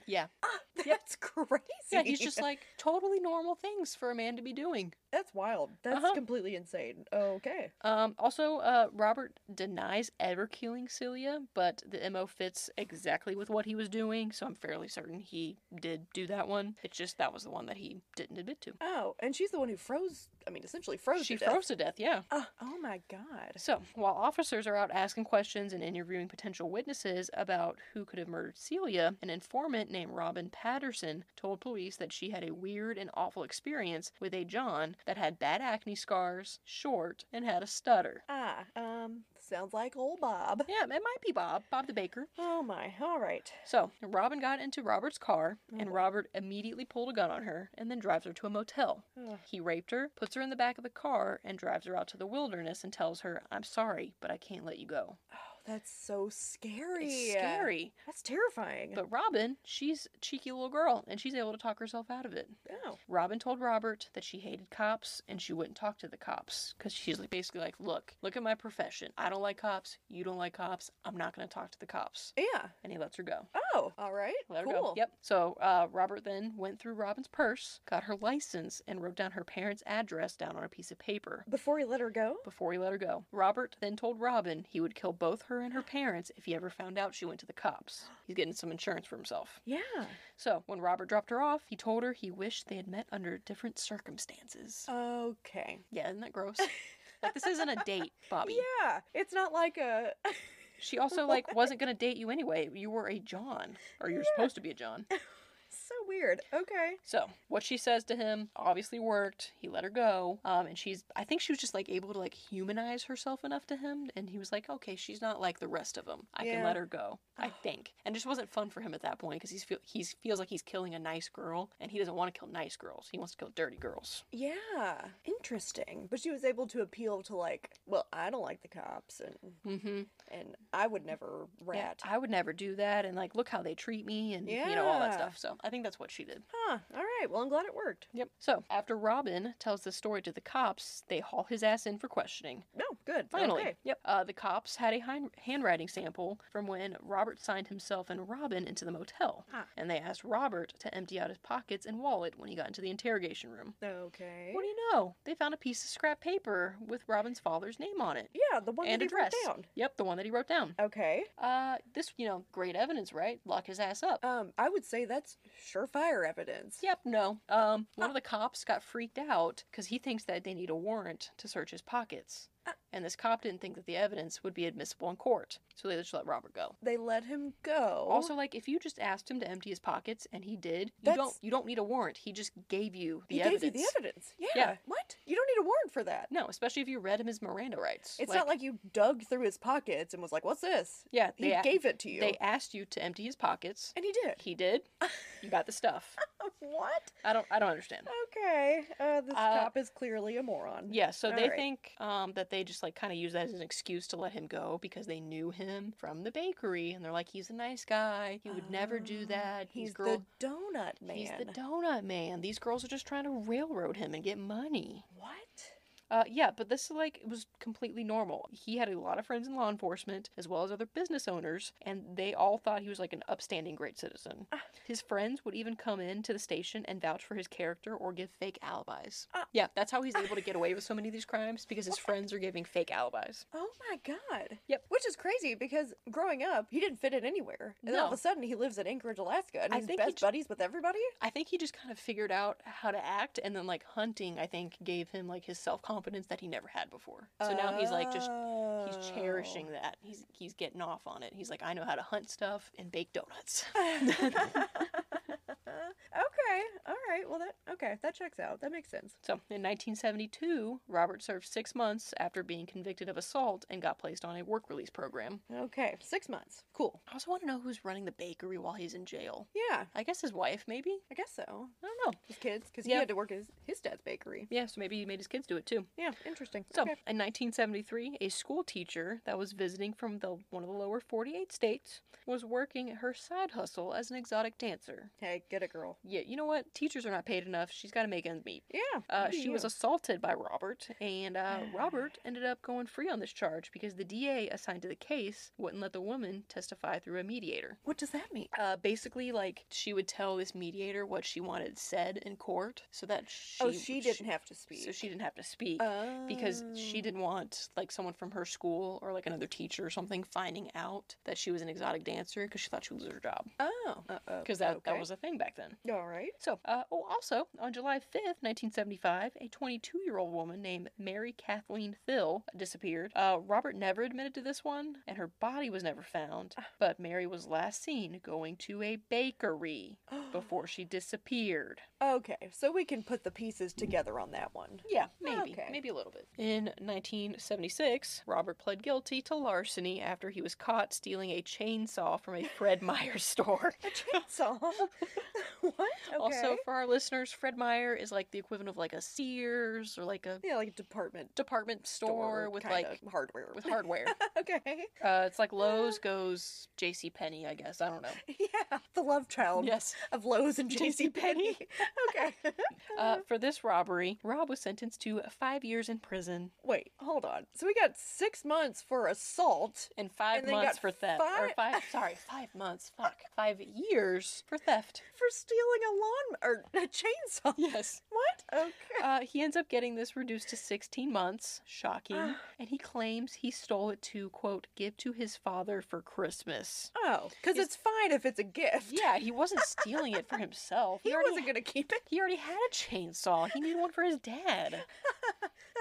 Speaker 2: Yeah.
Speaker 1: Ah, that's
Speaker 2: Yep.
Speaker 1: crazy.
Speaker 2: Yeah, he's just like totally normal things for a man to be doing.
Speaker 1: that's wild. That's
Speaker 2: Uh-huh.
Speaker 1: completely insane. Okay.
Speaker 2: Um, also, uh, Robert denies ever killing Celia, but the MO fits exactly with what he was doing, so I'm fairly certain he did do that one. It's just that was the one that he didn't admit to.
Speaker 1: Oh, and she's the one who froze. I mean, essentially froze.
Speaker 2: She
Speaker 1: to death.
Speaker 2: froze to death, yeah.
Speaker 1: Ah, oh my god.
Speaker 2: So, while officers are out asking questions and interviewing potential witnesses about who could have murdered Celia, an informant named Robin Patterson told police that she had a weird and awful experience with a John that had bad acne scars, short, and had a stutter.
Speaker 1: Ah, um, sounds like old Bob.
Speaker 2: Yeah, it might be Bob, Bob the Baker.
Speaker 1: Oh my, all right.
Speaker 2: So, Robin got into Robert's car, and
Speaker 1: Oh.
Speaker 2: Robert immediately pulled a gun on her and then drives her to a motel.
Speaker 1: Ugh.
Speaker 2: He raped her, puts her in the back of the car, and drives her out to the wilderness and tells her, I'm sorry, but I can't let you go.
Speaker 1: Oh, that's so scary.
Speaker 2: It's scary.
Speaker 1: That's terrifying.
Speaker 2: But Robin, she's a cheeky little girl, and she's able to talk herself out of it.
Speaker 1: oh,
Speaker 2: Robin told Robert that she hated cops and she wouldn't talk to the cops because she's like, basically like, look, look at my profession. I don't like cops. You don't like cops. I'm not going to talk to the cops.
Speaker 1: yeah.
Speaker 2: And he lets her go.
Speaker 1: Oh, all right.
Speaker 2: Let
Speaker 1: cool.
Speaker 2: her go. Yep. So uh, Robert then went through Robin's purse, got her license, and wrote down her parents' address down on a piece of paper.
Speaker 1: Before he let her go?
Speaker 2: Before he let her go, Robert then told Robin he would kill both her and her parents if he ever found out she went to the cops. He's getting some insurance for himself.
Speaker 1: Yeah.
Speaker 2: So, when Robert dropped her off, he told her he wished they had met under different circumstances.
Speaker 1: Oh. Okay.
Speaker 2: Yeah, isn't that gross? like this isn't a date, Bobby.
Speaker 1: Yeah. It's not like a.
Speaker 2: She also like wasn't gonna date you anyway. You were a John, or you're
Speaker 1: Yeah.
Speaker 2: supposed to be a John.
Speaker 1: so weird. Okay.
Speaker 2: So what she says to him obviously worked. He let her go, um, and she's I think she was just like able to like humanize herself enough to him, and he was like, okay, she's not like the rest of them. I can
Speaker 1: Yeah.
Speaker 2: let her go. I think, and it just wasn't fun for him at that point because he's feel he feels like he's killing a nice girl, and he doesn't want to kill nice girls. He wants to kill dirty girls.
Speaker 1: Yeah. Interesting. But she was able to appeal to, like, well, I don't like the cops and
Speaker 2: Mm-hmm.
Speaker 1: and I would never
Speaker 2: Yeah,
Speaker 1: rat.
Speaker 2: I would never do that, and like, look how they treat me, and you know all that
Speaker 1: Yeah.
Speaker 2: stuff. So I think that's what she did.
Speaker 1: Huh. All right. Well, I'm glad it worked.
Speaker 2: Yep. So after Robin tells the story to the cops, they haul his ass in for questioning.
Speaker 1: No, good.
Speaker 2: Finally,
Speaker 1: Okay.
Speaker 2: yep. Uh, the cops had a hin- handwriting sample from when Robert signed himself and Robin into the motel,
Speaker 1: Ah.
Speaker 2: and they asked Robert to empty out his pockets and wallet when he got into the interrogation room.
Speaker 1: Okay.
Speaker 2: What do you know? They found a piece of scrap paper with Robin's father's name on it
Speaker 1: yeah, the one
Speaker 2: and
Speaker 1: that he wrote
Speaker 2: address.
Speaker 1: down.
Speaker 2: Yep, the one that he wrote down.
Speaker 1: Okay.
Speaker 2: Uh, this, you know, great evidence, right? Lock his ass up.
Speaker 1: Um, I would say that's surefire evidence.
Speaker 2: Yep, no. Um, one of the cops got freaked out because he thinks that they need a warrant to search his pockets.
Speaker 1: Ah.
Speaker 2: And this cop didn't think that the evidence would be admissible in court, so they just let Robert go.
Speaker 1: They let him go.
Speaker 2: Also, like if you just asked him to empty his pockets and he did, you
Speaker 1: That's-
Speaker 2: don't you don't need a warrant. He just gave you the
Speaker 1: he
Speaker 2: evidence.
Speaker 1: gave you the evidence. Yeah.
Speaker 2: Yeah.
Speaker 1: What? You don't need a warrant for that.
Speaker 2: No, especially if you read him his Miranda rights.
Speaker 1: It's not like you dug through his pockets and was like, "What's this?"
Speaker 2: yeah,
Speaker 1: He
Speaker 2: they a-
Speaker 1: gave it to you,
Speaker 2: they asked you to empty his pockets.
Speaker 1: and he did.
Speaker 2: He did. You got the stuff.
Speaker 1: what?
Speaker 2: I don't I don't understand.
Speaker 1: Okay. Uh, this
Speaker 2: Uh,
Speaker 1: cop is clearly a moron.
Speaker 2: Yeah, so
Speaker 1: All
Speaker 2: they
Speaker 1: right.
Speaker 2: think um, that they just like kind of use that as an excuse to let him go because they knew him from the bakery, and they're like, he's a nice guy. He would never do
Speaker 1: Oh,
Speaker 2: that. He's,
Speaker 1: He's
Speaker 2: girl.
Speaker 1: the donut man.
Speaker 2: He's the donut man. These girls are just trying to railroad him and get money.
Speaker 1: what?
Speaker 2: Uh, yeah, but this like it was completely normal. He had a lot of friends in law enforcement as well as other business owners, and they all thought he was like an upstanding great citizen.
Speaker 1: Ah.
Speaker 2: His friends would even come in to the station and vouch for his character or give fake alibis.
Speaker 1: Ah.
Speaker 2: Yeah, that's how he's able to get away with so many of these crimes because his friends are giving fake alibis.
Speaker 1: Oh my god.
Speaker 2: Yep.
Speaker 1: Which is crazy because growing up, he didn't fit in anywhere, and then all of
Speaker 2: No.
Speaker 1: a sudden he lives in Anchorage, Alaska, and
Speaker 2: I
Speaker 1: he's
Speaker 2: think he
Speaker 1: best
Speaker 2: j-
Speaker 1: buddies with everybody.
Speaker 2: I think he just kind of figured out how to act, and then like hunting, I think gave him like his self confidence that he never had before. So now he's like just
Speaker 1: Oh.
Speaker 2: he's cherishing that. He's he's getting off on it. He's like, I know how to hunt stuff and bake donuts.
Speaker 1: Oh. okay. All right. Well, that okay. That checks out. That makes sense.
Speaker 2: So, in 1972, Robert served six months after being convicted of assault and got placed on a work release program.
Speaker 1: Okay. Six months. Cool.
Speaker 2: I also want to know who's running the bakery while he's in jail.
Speaker 1: Yeah.
Speaker 2: I guess his wife, maybe?
Speaker 1: I guess so.
Speaker 2: I don't know.
Speaker 1: His kids, because
Speaker 2: Yeah.
Speaker 1: he had to work his his dad's bakery.
Speaker 2: Yeah, so maybe he made his kids do it too.
Speaker 1: Yeah. Interesting.
Speaker 2: So,
Speaker 1: okay.
Speaker 2: in 1973, a school teacher that was visiting from the one of the lower 48 states was working her side hustle as an exotic dancer.
Speaker 1: Hey, get a girl.
Speaker 2: Yeah, you know what? Teachers are not paid enough. She's got to make ends meet.
Speaker 1: Yeah.
Speaker 2: Uh,
Speaker 1: you do
Speaker 2: she was
Speaker 1: you.
Speaker 2: assaulted by Robert, and uh, Robert ended up going free on this charge because the DA assigned to the case wouldn't let the woman testify through a mediator.
Speaker 1: What does that mean?
Speaker 2: Uh, basically, like she would tell this mediator what she wanted said in court, so that she
Speaker 1: oh, she didn't have to speak.
Speaker 2: so she didn't have to speak
Speaker 1: Oh.
Speaker 2: because she didn't want like someone from her school or like another teacher or something finding out that she was an exotic dancer because she thought she would lose her job
Speaker 1: Oh. Uh-oh.
Speaker 2: because that that
Speaker 1: Okay.
Speaker 2: was a thing back then. then.
Speaker 1: All right.
Speaker 2: So, uh, oh, also, on July 5th, 1975, a 22 year old woman named Mary Kathleen Phil disappeared. Uh, Robert never admitted to this one, and her body was never found.
Speaker 1: Ah.
Speaker 2: But Mary was last seen going to a bakery before she disappeared.
Speaker 1: Okay, so we can put the pieces together on that one.
Speaker 2: Yeah, maybe.
Speaker 1: Okay.
Speaker 2: Maybe a little bit. In 1976, Robert pled guilty to larceny after he was caught stealing a chainsaw from a Fred Meyer store.
Speaker 1: So, what? Okay.
Speaker 2: Also, for our listeners, Fred Meyer is like the equivalent of like a Sears or like a
Speaker 1: yeah, like a department
Speaker 2: department store, with
Speaker 1: kind
Speaker 2: like
Speaker 1: of hardware.
Speaker 2: with hardware.
Speaker 1: okay.
Speaker 2: uh, it's like Lowe's goes J.C. Penney, I guess. I don't know.
Speaker 1: Yeah, the love child
Speaker 2: Yes.
Speaker 1: of Lowe's and
Speaker 2: J.C.
Speaker 1: J.C. Penney. okay.
Speaker 2: Uh, for this robbery, Rob was sentenced to five years in prison
Speaker 1: Wait, hold on. So we got six months for assault.
Speaker 2: and five
Speaker 1: And then
Speaker 2: months
Speaker 1: got
Speaker 2: for theft. Or
Speaker 1: fi-
Speaker 2: five. Sorry, five months. Fuck. Five years for theft.
Speaker 1: For stealing a lawn or a chainsaw.
Speaker 2: Yes.
Speaker 1: What? Okay.
Speaker 2: Uh, he ends up getting this reduced to 16 months. Shocking. And he claims he stole it to, quote, give to his father for Christmas.
Speaker 1: Oh, because
Speaker 2: is-
Speaker 1: it's fine if it's a gift.
Speaker 2: Yeah, he wasn't stealing it for himself. He,
Speaker 1: He
Speaker 2: already
Speaker 1: wasn't gonna keep it.
Speaker 2: he already had a chainsaw. He needed one for his dad.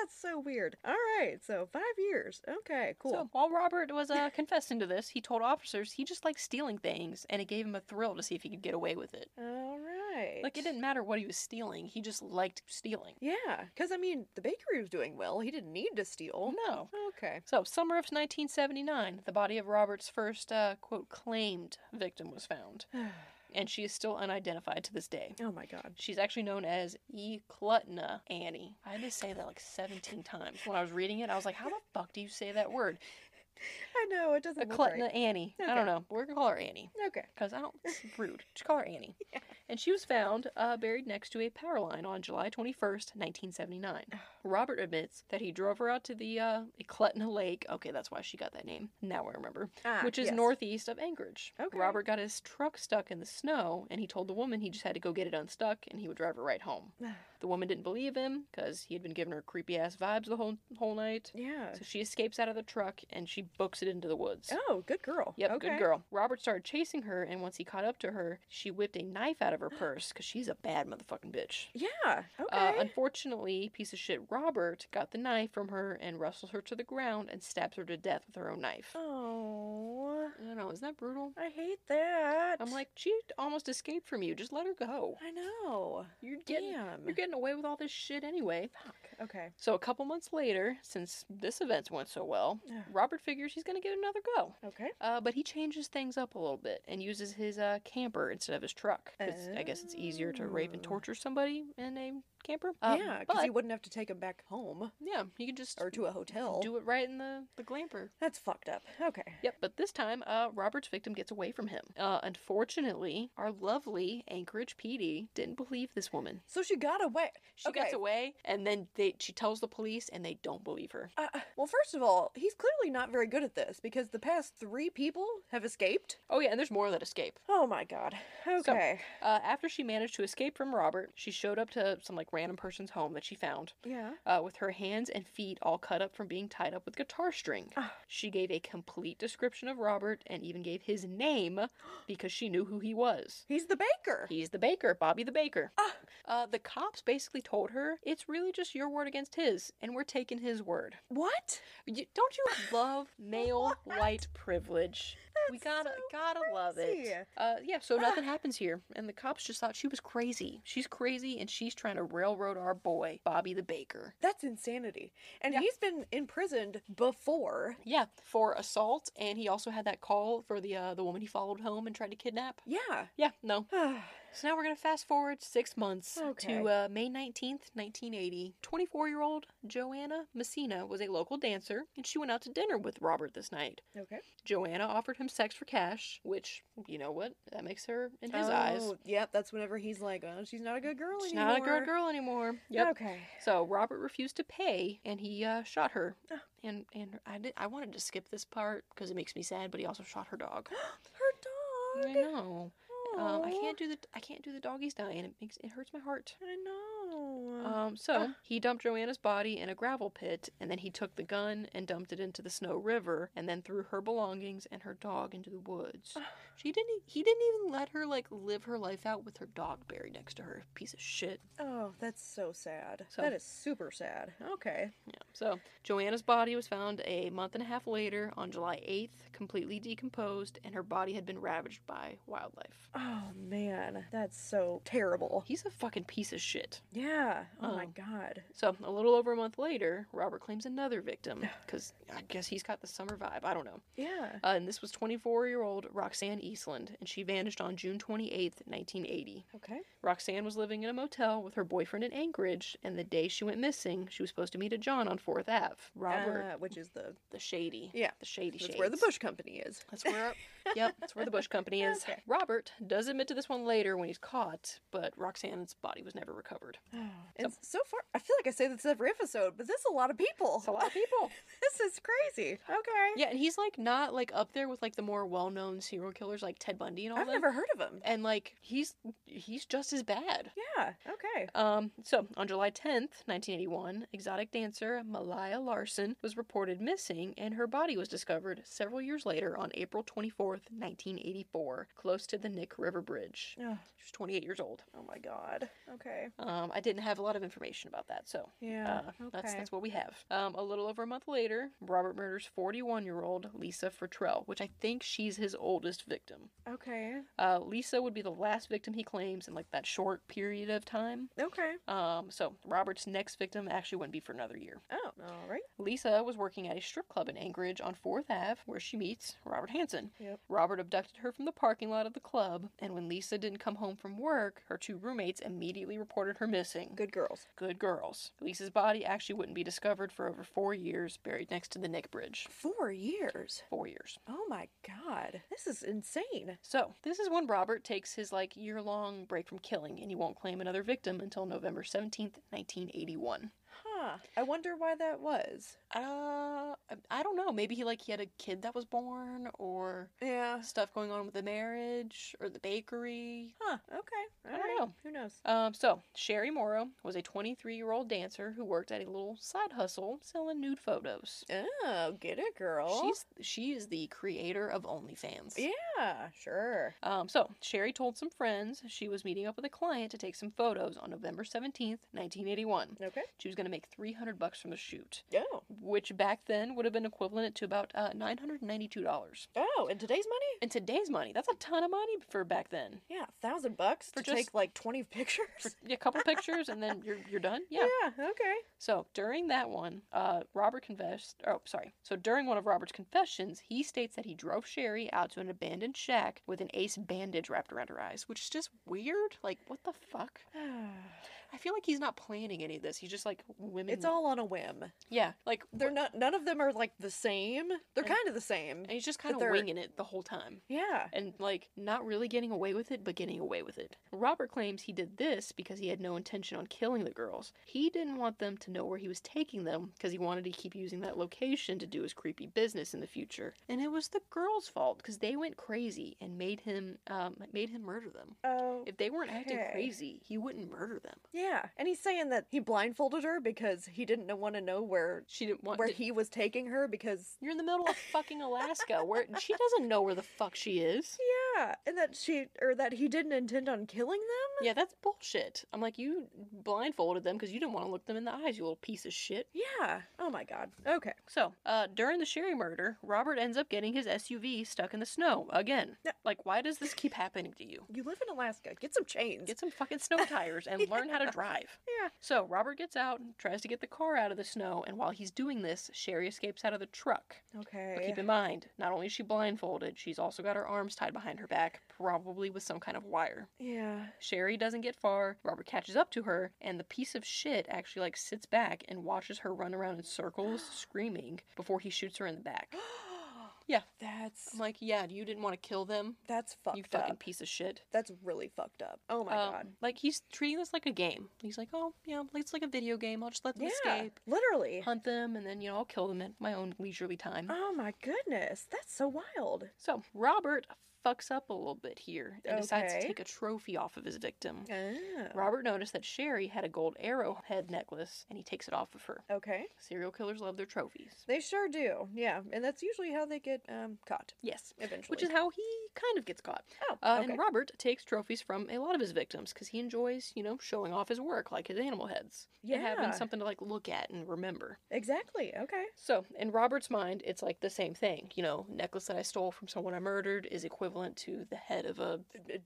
Speaker 1: That's so weird. All right, so five years. Okay, cool.
Speaker 2: So while Robert was uh, confessing to this, he told officers he just liked stealing things, and it gave him a thrill to see if he could get away with it.
Speaker 1: All right.
Speaker 2: Like it didn't matter what he was stealing; he just liked stealing.
Speaker 1: Yeah, because I mean, the bakery was doing well. He didn't need to
Speaker 2: Oh
Speaker 1: steal.
Speaker 2: no.
Speaker 1: Okay.
Speaker 2: So, summer of 1979, the body of Robert's first, uh, quote, claimed victim was found,
Speaker 1: oh
Speaker 2: and she is still unidentified to this day.
Speaker 1: my god.
Speaker 2: She's actually known as E. Clutna Annie. I had to say that like 17 times. When I was reading it, I was like, how the fuck do you say that word?
Speaker 1: I know it doesn't.
Speaker 2: A
Speaker 1: Look right.
Speaker 2: Clutna Annie. I
Speaker 1: Okay.
Speaker 2: don't know. We're going to call her Annie.
Speaker 1: Okay.
Speaker 2: Because I don't, it's rude. Just call her Annie. And she was found uh, buried next to a power line on July 21st, 1979. Robert admits that he drove her out to the uh, Clutna Lake. Okay, that's why she got that name. Now I remember.
Speaker 1: Ah,
Speaker 2: which is
Speaker 1: yes.
Speaker 2: northeast of Anchorage.
Speaker 1: Okay.
Speaker 2: Robert got his truck stuck in the snow, and he told the woman he just had to go get it unstuck, and he would drive her right home. The woman didn't believe him because he had been giving her creepy ass vibes the whole whole night.
Speaker 1: Yeah.
Speaker 2: So she escapes out of the truck and she books it into the woods.
Speaker 1: Oh, good girl.
Speaker 2: Yep,
Speaker 1: okay.
Speaker 2: good girl. Robert started chasing her, and once he caught up to her, she whipped a knife out of her purse because she's a bad motherfucking bitch.
Speaker 1: Yeah. Okay.
Speaker 2: Uh, unfortunately, piece of shit Robert got the knife from her and wrestles her to the ground and stabs her to death with her own knife.
Speaker 1: oh,
Speaker 2: I don't know, is that brutal?
Speaker 1: I hate that.
Speaker 2: I'm like, she almost escaped from you. Just let her go.
Speaker 1: I know.
Speaker 2: You're getting
Speaker 1: Damn.
Speaker 2: you're getting away with all this shit anyway.
Speaker 1: Fuck. Okay.
Speaker 2: So a couple months later, since this event went so well,
Speaker 1: Ugh.
Speaker 2: Robert figures he's gonna give it another go.
Speaker 1: Ah, Okay.
Speaker 2: Uh, but he changes things up a little bit and uses his uh, camper instead of his truck. 'cause I guess it's easier to rape and
Speaker 1: Oh.
Speaker 2: torture somebody in a camper.
Speaker 1: Yeah,
Speaker 2: Uh,
Speaker 1: 'cause yeah, because
Speaker 2: but,
Speaker 1: you wouldn't have to take him back home
Speaker 2: yeah, you can just
Speaker 1: or to a hotel.
Speaker 2: do it right in the the glamper.
Speaker 1: That's fucked up. Okay.
Speaker 2: Yep, but this time, uh, Robert's victim gets away from him. Uh, unfortunately, our lovely Anchorage PD didn't believe this woman.
Speaker 1: So she got away.
Speaker 2: She
Speaker 1: Okay.
Speaker 2: gets away, and then they she tells the police, and they don't believe her.
Speaker 1: Uh, well, first of all, he's clearly not very good at this because the past three people have escaped.
Speaker 2: Oh yeah, and there's more that escape.
Speaker 1: Oh my god. Okay.
Speaker 2: Uh, after she managed to escape from Robert, she showed up to some like random person's home that she found.
Speaker 1: yeah.
Speaker 2: Uh, with her hands and feet all cut up from being tied up with guitar string.
Speaker 1: Ah.
Speaker 2: She gave a complete description of Robert and even gave his name because she knew who he was.
Speaker 1: He's the baker.
Speaker 2: He's the baker, Bobby the baker.
Speaker 1: Ah.
Speaker 2: Uh, the cops basically told her it's really just your word against his, and we're taking his word.
Speaker 1: what?
Speaker 2: You, don't you love male white privilege? we
Speaker 1: That's
Speaker 2: gotta
Speaker 1: so
Speaker 2: gotta love
Speaker 1: crazy.
Speaker 2: it. Uh, yeah. So nothing happens here, and the cops just thought she was crazy. She's crazy, and she's trying to railroad our boy Bobby the baker.
Speaker 1: That's insanity. And
Speaker 2: Yeah.
Speaker 1: he's been imprisoned before.
Speaker 2: Yeah, for assault, and he also had that call for the uh, the woman he followed home and tried to kidnap.
Speaker 1: Yeah.
Speaker 2: Yeah, no.
Speaker 1: oh
Speaker 2: So now we're gonna fast forward six months
Speaker 1: Okay.
Speaker 2: to uh, May nineteenth, nineteen eighty. Twenty four year old Joanna Messina was a local dancer, and she went out to dinner with Robert this night.
Speaker 1: Okay.
Speaker 2: Joanna offered him sex for cash, which you know what that makes her in his eyes.
Speaker 1: Yep. That's whenever he's like, oh, she's Oh, not a good girl
Speaker 2: She's
Speaker 1: anymore.
Speaker 2: not a good girl anymore. Yep.
Speaker 1: Okay.
Speaker 2: So Robert refused to pay, and he uh, shot her.
Speaker 1: Ah.
Speaker 2: And and I did, I wanted to skip this part because it makes me sad, but he also shot her dog.
Speaker 1: Her
Speaker 2: I
Speaker 1: dog.
Speaker 2: know. Um, I
Speaker 1: Aw.
Speaker 2: can't do the I can't do the doggies dying. It makes it hurts my heart.
Speaker 1: I know. Iowa.
Speaker 2: Um, so he dumped Joanna's body in a gravel pit, and then he took the gun and dumped it into the Snow River, and then threw her belongings and her dog into the woods. She didn't. e- He didn't even let her like live her life out with her dog buried next to her. Piece of shit.
Speaker 1: oh, that's so sad.
Speaker 2: So-
Speaker 1: that is super sad. Okay.
Speaker 2: Yeah. So Joanna's body was found a month and a half later on July 8th, completely decomposed, and her body had been ravaged by wildlife.
Speaker 1: Oh man, that's so terrible.
Speaker 2: He's a fucking piece of shit.
Speaker 1: Yeah. Oh my
Speaker 2: Um,
Speaker 1: god.
Speaker 2: So, a little over a month later, Robert claims another victim because I guess he's got the summer vibe. I don't know.
Speaker 1: Yeah.
Speaker 2: Uh, and this was 24 year old Roxanne Eastland, and she vanished on June 28th, 1980.
Speaker 1: Okay.
Speaker 2: Roxanne was living in a motel with her boyfriend in Anchorage, and the day she went missing, she was supposed to meet a John on 4th Ave. Robert,
Speaker 1: Uh, which is the
Speaker 2: the shady.
Speaker 1: yeah.
Speaker 2: The shady
Speaker 1: That's
Speaker 2: shades.
Speaker 1: where the Bush Company is.
Speaker 2: That's where, yep, that's where the Bush Company is.
Speaker 1: Okay.
Speaker 2: Robert does admit to this one later when he's caught, but Roxanne's body was never recovered.
Speaker 1: And so far, I feel like I say this every episode, but this is a lot of people.
Speaker 2: It's a lot of people.
Speaker 1: This is crazy. Okay.
Speaker 2: yeah, and he's like not like up there with like the more well-known serial killers like Ted Bundy and all
Speaker 1: I've
Speaker 2: that.
Speaker 1: never heard of them.
Speaker 2: And like he's he's just as bad.
Speaker 1: Yeah. Okay.
Speaker 2: Um, so on July 10th, 1981, exotic dancer Malaya Larson was reported missing, and her body was discovered several years later on April 24th, 1984, close to the Nick River Bridge.
Speaker 1: Ugh.
Speaker 2: She was 28 years old.
Speaker 1: Oh my god. Okay.
Speaker 2: Um, I didn't have a lot of information about that, so
Speaker 1: Yeah.
Speaker 2: uh, that's
Speaker 1: okay.
Speaker 2: that's what we have. Um, a little over a month later, Robert murders 41-year-old Lisa Fertrell, which I think she's his oldest victim.
Speaker 1: okay.
Speaker 2: Uh, Lisa would be the last victim he claims in like that short period of time.
Speaker 1: Okay.
Speaker 2: Um, so Robert's next victim actually wouldn't be for another year.
Speaker 1: Oh. All right.
Speaker 2: Lisa was working at a strip club in Anchorage on 4th Ave where she meets Robert Hansen.
Speaker 1: Yep.
Speaker 2: Robert abducted her from the parking lot of the club, and when Lisa didn't come home from work, her two roommates immediately reported her missing.
Speaker 1: Good girls.
Speaker 2: Good girls. Lisa's body actually wouldn't be discovered for over four years, buried next to the Nick Bridge.
Speaker 1: Four years.
Speaker 2: Four years.
Speaker 1: Oh my god. This is insane.
Speaker 2: So, this is when Robert takes his like year long break from killing and he won't claim another victim until November 17th, 1981.
Speaker 1: Huh. I wonder why that was.
Speaker 2: Uh, I- I don't know. Maybe he like he had a kid that was born or
Speaker 1: Yeah.
Speaker 2: stuff going on with the marriage or the bakery.
Speaker 1: Huh. Okay. All
Speaker 2: I don't
Speaker 1: right.
Speaker 2: know.
Speaker 1: Who knows?
Speaker 2: Um, so, Sherry Morrow was a 23 year old dancer who worked at a little side hustle selling nude photos.
Speaker 1: Oh, get it, girl.
Speaker 2: She's she is the creator of OnlyFans.
Speaker 1: Yeah. Sure.
Speaker 2: Um, so Sherry told some friends she was meeting up with a client to take some photos on November 17th, 1981.
Speaker 1: Okay.
Speaker 2: She was going to make 300 bucks from the shoot,
Speaker 1: Oh.
Speaker 2: which back then would have been equivalent to about uh, $992.
Speaker 1: Oh, and today's money?
Speaker 2: In today's money, that's a ton of money for back then.
Speaker 1: Yeah, a thousand bucks
Speaker 2: For
Speaker 1: to
Speaker 2: just-
Speaker 1: take like twenty pictures.
Speaker 2: For a couple pictures and then you're you're done. Yeah.
Speaker 1: okay.
Speaker 2: So during that one, uh, Robert confessed. Oh, sorry. So during one of Robert's confessions, he states that he drove Sherry out to an abandoned shack with an ace bandage wrapped around her eyes, which is just weird. Like, what the fuck? I feel like he's not planning any of this. He's just like women.
Speaker 1: it's all on a whim.
Speaker 2: yeah, like
Speaker 1: They're not. None of them are like the same. They're
Speaker 2: And-
Speaker 1: kind of the same.
Speaker 2: and he's just kind of
Speaker 1: they're-
Speaker 2: winging it the whole time.
Speaker 1: Yeah.
Speaker 2: And like not really getting away with it, but getting away with it. Robert claims he did this because he had no intention on killing the girls. He didn't want them to know where he was taking them because he wanted to keep using that location to do his creepy business in the future. And it was the girls' fault because they went crazy and made him um, made him murder them.
Speaker 1: Oh.
Speaker 2: If they weren't acting
Speaker 1: Okay.
Speaker 2: crazy, he wouldn't murder them.
Speaker 1: Yeah. And he's saying that he blindfolded her because he didn't want to know where
Speaker 2: She didn't want.
Speaker 1: where
Speaker 2: to-
Speaker 1: he was taking her because.
Speaker 2: You're in the middle of fucking Alaska, where she doesn't know where the fuck she is.
Speaker 1: Yeah, and that she or that he didn't intend on killing them.
Speaker 2: Yeah, that's bullshit. I'm like, you blindfolded them because you didn't want to look them in the eyes, you little piece of shit.
Speaker 1: Yeah. Oh my God. Okay.
Speaker 2: So, uh, during the Sherry murder, Robert ends up getting his SUV stuck in the snow again.
Speaker 1: Yeah.
Speaker 2: Like, why does this keep happening to you?
Speaker 1: You live in Alaska. Get some chains.
Speaker 2: Get some fucking snow tires and learn how to drive.
Speaker 1: Yeah.
Speaker 2: So, Robert gets out, and tries to get the car out of the snow, and while he's doing this, Sherry escapes out of the truck. But
Speaker 1: Okay.
Speaker 2: keep in mind, not only is she blindfolded, she's also got her arms tied behind her back, probably with some kind of wire.
Speaker 1: Yeah.
Speaker 2: Sherry doesn't get far. Robert catches up to her, and the piece of shit actually like sits back and watches her run around in circles, screaming before he shoots her in the back. Yeah.
Speaker 1: That's
Speaker 2: I'm like, yeah, you didn't want to kill them,
Speaker 1: that's fucked
Speaker 2: you fucking
Speaker 1: up.
Speaker 2: piece of shit.
Speaker 1: That's really fucked up. Oh my
Speaker 2: Um,
Speaker 1: god.
Speaker 2: Like he's treating this like a game. He's like, oh yeah, it's like a video game. I'll just let them
Speaker 1: Yeah.
Speaker 2: escape,
Speaker 1: Literally.
Speaker 2: hunt them, and then you know I'll Ah. kill them at my own leisurely time.
Speaker 1: Oh my goodness. That's so wild.
Speaker 2: So Robert fucks up a little bit here and decides to
Speaker 1: Okay.
Speaker 2: take a trophy off of his victim.
Speaker 1: Ah.
Speaker 2: Robert noticed that Sherry had a gold arrowhead necklace and he takes it off of her.
Speaker 1: Okay.
Speaker 2: Serial killers love their trophies.
Speaker 1: They sure do. Yeah. And that's usually how they get um, caught
Speaker 2: Yes.
Speaker 1: eventually.
Speaker 2: Which is how he kind of gets caught.
Speaker 1: oh,
Speaker 2: Uh,
Speaker 1: okay.
Speaker 2: And Robert takes trophies from a lot of his victims because he enjoys, you know, showing off his work, like his animal heads,
Speaker 1: yeah.
Speaker 2: and having something to like look at and remember.
Speaker 1: Exactly. Okay.
Speaker 2: So, in Robert's mind, it's like the same thing. You know, necklace that I stole from someone I murdered is equivalent to the head of a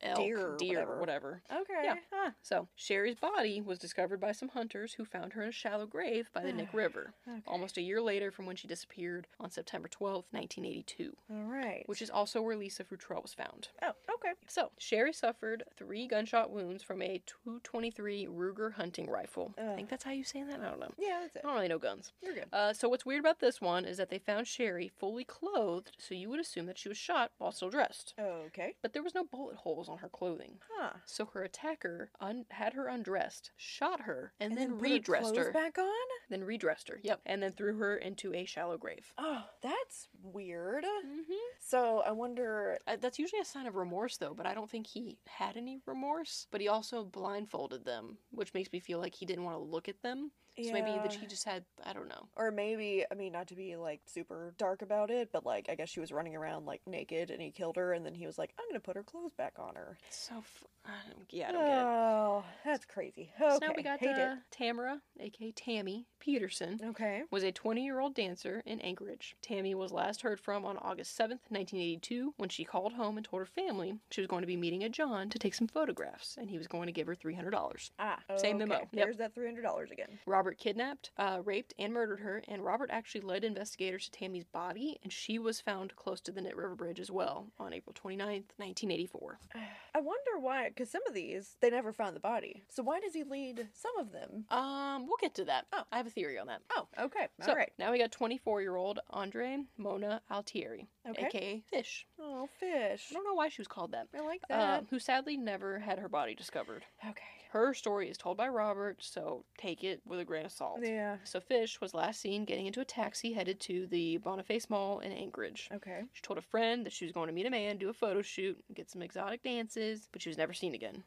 Speaker 2: elk,
Speaker 1: deer or
Speaker 2: whatever.
Speaker 1: whatever. Okay.
Speaker 2: Yeah.
Speaker 1: Huh.
Speaker 2: So, Sherry's body was discovered by some hunters who found her in a shallow grave by the Nick River,
Speaker 1: Okay.
Speaker 2: almost a year later from when she disappeared on September twelfth, 1982,
Speaker 1: All right.
Speaker 2: which is also where Lisa Futrell was found.
Speaker 1: Oh, okay.
Speaker 2: So, Sherry suffered three gunshot wounds from a 223 Ruger hunting rifle. I
Speaker 1: Ugh.
Speaker 2: think that's how you say that? I don't know.
Speaker 1: Yeah, that's
Speaker 2: I
Speaker 1: it.
Speaker 2: don't really know guns.
Speaker 1: You're good.
Speaker 2: Uh, so, what's weird about this one is that they found Sherry fully clothed, so you would assume that she was shot while still dressed.
Speaker 1: Okay.
Speaker 2: But there was no bullet holes on her clothing.
Speaker 1: Huh.
Speaker 2: So her attacker un- had her undressed, shot her, and, then,
Speaker 1: put her
Speaker 2: redressed
Speaker 1: clothes
Speaker 2: her.
Speaker 1: back on.
Speaker 2: Then redressed her. Yep. And then threw her into a shallow grave.
Speaker 1: Oh, that's weird.
Speaker 2: Mm-hmm.
Speaker 1: So I wonder.
Speaker 2: Uh, that's usually a sign of remorse, though. But I don't think he had any remorse. But he also blindfolded them, which makes me feel like he didn't want to look at them. So maybe that
Speaker 1: yeah.
Speaker 2: he just had I don't know.
Speaker 1: Or maybe, I mean, not to be like super dark about it, but like, I guess she was running around like naked and he killed her, and then he was like, I'm gonna put her clothes back on her.
Speaker 2: It's so f- I don't, yeah, I don't get it.
Speaker 1: oh, that's crazy. Okay.
Speaker 2: So now we got
Speaker 1: Hate
Speaker 2: uh, Tamara, aka Tammy Peterson,
Speaker 1: it. Okay.
Speaker 2: was a 20 year old dancer in Anchorage. Tammy was last heard from on August 7th, 1982, when she called home and told her family she was going to be meeting a John to take some photographs, and he was going to give her $300.
Speaker 1: Ah,
Speaker 2: Same
Speaker 1: okay.
Speaker 2: memo. Yep.
Speaker 1: There's that $300 again.
Speaker 2: Robert kidnapped, uh, raped, and murdered her, and Robert actually led investigators to Tammy's body, and she was found close to the Knit River Bridge as well on April 29th, 1984.
Speaker 1: I wonder why, because some of these, they never found the body. So why does he lead some of them?
Speaker 2: Um, we'll get to that.
Speaker 1: Oh.
Speaker 2: I have a theory on that.
Speaker 1: Oh, okay.
Speaker 2: So
Speaker 1: All right.
Speaker 2: now we got 24 year old Andre Mona Altieri,
Speaker 1: Okay.
Speaker 2: aka Fish.
Speaker 1: Oh, fish.
Speaker 2: I don't know why she was called that.
Speaker 1: I like that.
Speaker 2: Um, who sadly never had her body discovered.
Speaker 1: okay.
Speaker 2: Her story is told by Robert, so take it with a grain of salt.
Speaker 1: Yeah.
Speaker 2: So Fish was last seen getting into a taxi headed to the Boniface Mall in Anchorage.
Speaker 1: Okay.
Speaker 2: She told a friend that she was going to meet a man, do a photo shoot, and get some exotic dances, but she was never seen again.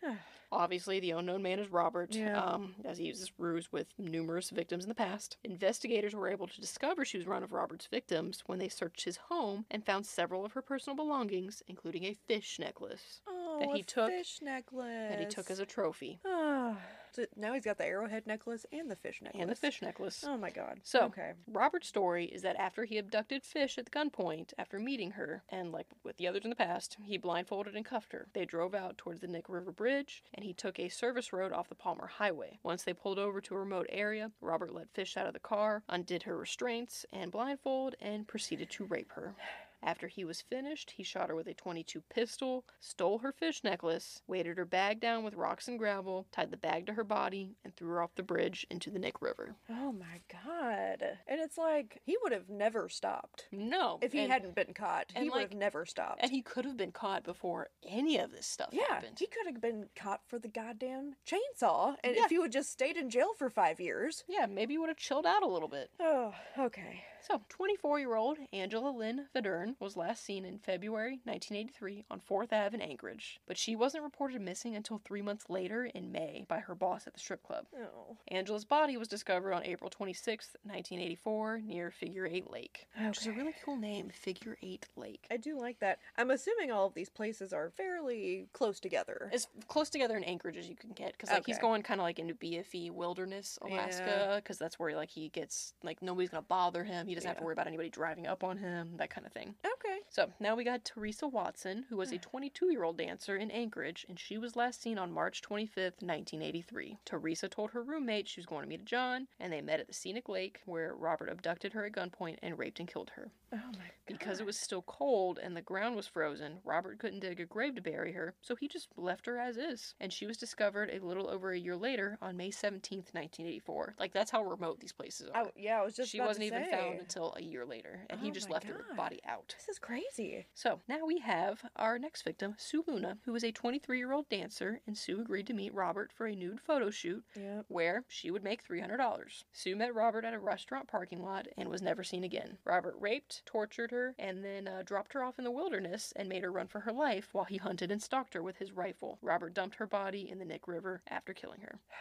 Speaker 2: Obviously, the unknown man is Robert,
Speaker 1: Yeah.
Speaker 2: um, as he uses ruse with numerous victims in the past. Investigators were able to discover she was one of Robert's victims when they searched his home and found several of her personal belongings, including a fish necklace
Speaker 1: Oh,
Speaker 2: That
Speaker 1: a
Speaker 2: he took-
Speaker 1: fish necklace.
Speaker 2: that he took as a trophy
Speaker 1: Oh. So now he's got the arrowhead necklace and the fish necklace.
Speaker 2: and the fish necklace.
Speaker 1: Oh my god.
Speaker 2: So-
Speaker 1: okay.
Speaker 2: Robert's story is that after he abducted Fish at gunpoint after meeting her, and like with the others in the past, he blindfolded and cuffed her. They drove out towards the Nick River Bridge, and he took a service road off the Palmer Highway. Once they pulled over to a remote area, Robert let Fish out of the car, undid her restraints and blindfold, and proceeded to rape her. After he was finished, he shot her with a 22 pistol, stole her fish necklace, weighted her bag down with rocks and gravel, tied the bag to her body, and threw her off the bridge into the Nick River.
Speaker 1: Oh my god. And it's like he would have never stopped
Speaker 2: No.
Speaker 1: if he
Speaker 2: and-
Speaker 1: hadn't been caught. He
Speaker 2: and,
Speaker 1: would
Speaker 2: like-
Speaker 1: have never stopped.
Speaker 2: And he could have been caught before any of this stuff
Speaker 1: yeah,
Speaker 2: happened.
Speaker 1: he could have been caught for the goddamn chainsaw, and
Speaker 2: Yeah.
Speaker 1: if he would just stayed in jail for five years.
Speaker 2: Yeah, maybe he would have chilled out a little bit.
Speaker 1: Oh, okay.
Speaker 2: So, 24 year old Angela Lynn Vedern was last seen in February 1983 on 4th Ave in Anchorage, but she wasn't reported missing until three months later in May by her boss at the strip club.
Speaker 1: Oh,
Speaker 2: Angela's body was discovered on April 26, 1984, near Figure Eight Lake, which is a
Speaker 1: Okay.
Speaker 2: really cool name, Figure Eight Lake.
Speaker 1: I do like that. I'm assuming all of these places are fairly close together.
Speaker 2: as close together in Anchorage as you can get because like he's
Speaker 1: Okay.
Speaker 2: going kind of like into BFE wilderness Alaska because that's where like he gets like nobody's gonna bother him he doesn't have to
Speaker 1: Yeah.
Speaker 2: worry about anybody driving up on him that kind of thing
Speaker 1: Okay.
Speaker 2: so now we got Teresa Watson who was
Speaker 1: Hmm.
Speaker 2: a 22 year old dancer in Anchorage and she was last seen on March 25th 1983 Teresa told her roommate she was going to meet John and they met at the scenic lake where Robert abducted her at gunpoint and raped and killed her
Speaker 1: Oh my god.
Speaker 2: because it was still cold and the ground was frozen, Robert couldn't dig a grave to bury her, so he just left her as is. And she was discovered a little over a year later on May 17th, 1984. Like, that's how remote these places are.
Speaker 1: I, yeah, I was just
Speaker 2: she
Speaker 1: about to
Speaker 2: wasn't even
Speaker 1: say.
Speaker 2: found until a year later, and
Speaker 1: Oh
Speaker 2: he just
Speaker 1: my
Speaker 2: left her
Speaker 1: God.
Speaker 2: body out.
Speaker 1: This is crazy.
Speaker 2: So now we have our next victim, Sue Luna, who was a 23 year old dancer, and Sue agreed to meet Robert for a nude photo shoot
Speaker 1: Yep.
Speaker 2: where she would make $300. Sue met Robert at a restaurant parking lot and was never seen again. Robert raped, tortured her, and then uh, dropped her off in the wilderness and made her run for her life while he hunted and stalked her with his rifle. Robert dumped her body in the Nick River after killing her.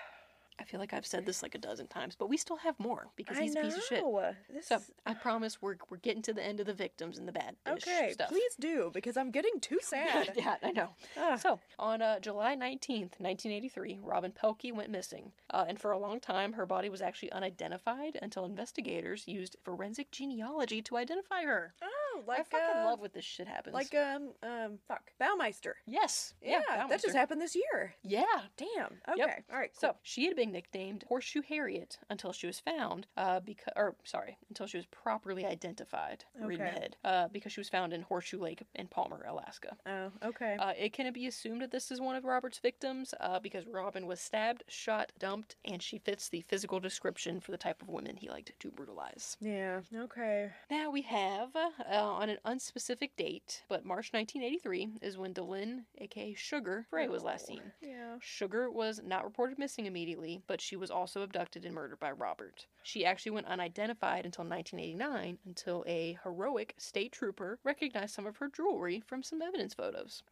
Speaker 2: I feel like I've said this like a dozen times, but we still have more because
Speaker 1: I
Speaker 2: he's
Speaker 1: know.
Speaker 2: a piece of shit.
Speaker 1: This
Speaker 2: So
Speaker 1: is-
Speaker 2: I promise we're, we're getting to the end of the victims and the bad
Speaker 1: okay,
Speaker 2: stuff.
Speaker 1: please do because I'm getting too sad.
Speaker 2: yeah, I know.
Speaker 1: Ugh.
Speaker 2: So, on uh, July 19th, 1983, Robin Pelkey went missing. Uh, and for a long time, her body was actually unidentified until investigators used forensic genealogy to identify her.
Speaker 1: oh, like
Speaker 2: I fucking
Speaker 1: uh,
Speaker 2: love what this shit happens.
Speaker 1: like um um fuck Baumeister.
Speaker 2: yes.
Speaker 1: Yeah, that just
Speaker 2: happened.
Speaker 1: happened this year.
Speaker 2: Yeah.
Speaker 1: Damn. Okay. All right.
Speaker 2: So
Speaker 1: cool.
Speaker 2: she had been nicknamed Horseshoe Harriet until she was found, uh, because or sorry, until she was properly identified. Read in the
Speaker 1: Okay.
Speaker 2: head, uh, because she was found in Horseshoe Lake in Palmer, Alaska.
Speaker 1: Oh, okay.
Speaker 2: Uh, it can be assumed that this is one of Robert's victims uh, because Robin was stabbed, shot, dumped, and she fits the physical description for the type of women he liked to brutalize.
Speaker 1: yeah. Okay.
Speaker 2: Now we have, uh, on an unspecific date, but March 1983 is when DeLynn, aka Sugar, Frey was last
Speaker 1: Oh,
Speaker 2: seen.
Speaker 1: Yeah.
Speaker 2: Sugar was not reported missing immediately, but she was also abducted and murdered by Robert. She actually went unidentified until 1989 until a heroic state trooper recognized some of her jewelry from some evidence photos.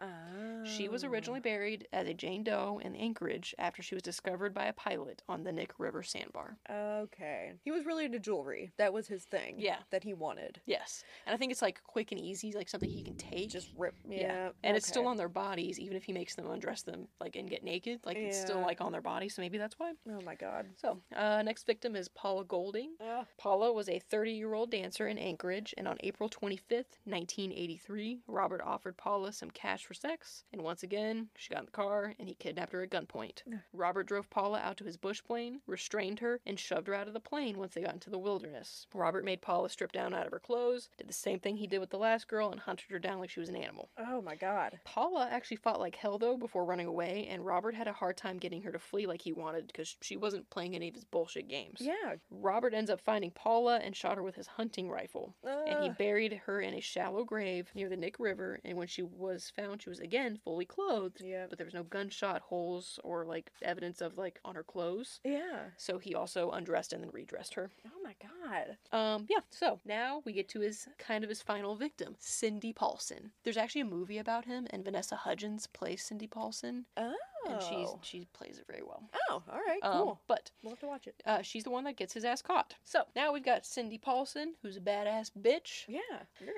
Speaker 2: She was
Speaker 1: Oh.
Speaker 2: originally buried as a Jane Doe in Anchorage after she was discovered by a pilot on the Nick River sandbar.
Speaker 1: Oh, Okay. He was really into jewelry. That was his thing.
Speaker 2: Yeah.
Speaker 1: That he wanted.
Speaker 2: Yes. And I think it's like quick and easy, like something he can take.
Speaker 1: Just rip. Yeah.
Speaker 2: And it's still
Speaker 1: okay.
Speaker 2: on their bodies, even if he makes them undress them, like, and get naked. Like, it's still,
Speaker 1: Yeah.
Speaker 2: like, on their body, so maybe that's why.
Speaker 1: Oh my god.
Speaker 2: So, uh, next victim is Paula Golding.
Speaker 1: Ugh.
Speaker 2: Paula was a 30 year old dancer in Anchorage, and on April 25th, 1983, Robert offered Paula some cash for sex, and once again, she got in the car and he kidnapped her at gunpoint.
Speaker 1: Ugh.
Speaker 2: Robert drove Paula out to his bush plane, restrained her, and shoved her out of the plane once they got into the wilderness. Robert made Paula strip down out of her clothes, did the same thing he did with the last girl, and hunted her down like she was an animal.
Speaker 1: Oh my god.
Speaker 2: Paula actually fought like hell though before running away, and Robert had a hard time getting her to flee like he wanted because she wasn't playing any of his bullshit games.
Speaker 1: Yeah.
Speaker 2: Robert ends up finding Paula and shot her with his hunting rifle. And he
Speaker 1: Ugh.
Speaker 2: buried her in a shallow grave near the Nick River. And when she was found, she was again fully clothed,
Speaker 1: Yeah.
Speaker 2: but there was no gunshot holes or like evidence of like on her clothes.
Speaker 1: Yeah.
Speaker 2: So he also undressed and then redressed her.
Speaker 1: Oh my god.
Speaker 2: Um, yeah. So now we get to his kind of his final victim, Cindy Paulson. There's actually a movie about him, and Vanessa Hudgens plays Cindy Paulson,
Speaker 1: Oh.
Speaker 2: and she's she plays it very well.
Speaker 1: Oh, all right,
Speaker 2: Um,
Speaker 1: cool.
Speaker 2: but
Speaker 1: we'll have to watch it.
Speaker 2: uh, she's the one that gets his ass caught. So now we've got Cindy Paulson, who's a badass bitch.
Speaker 1: Yeah.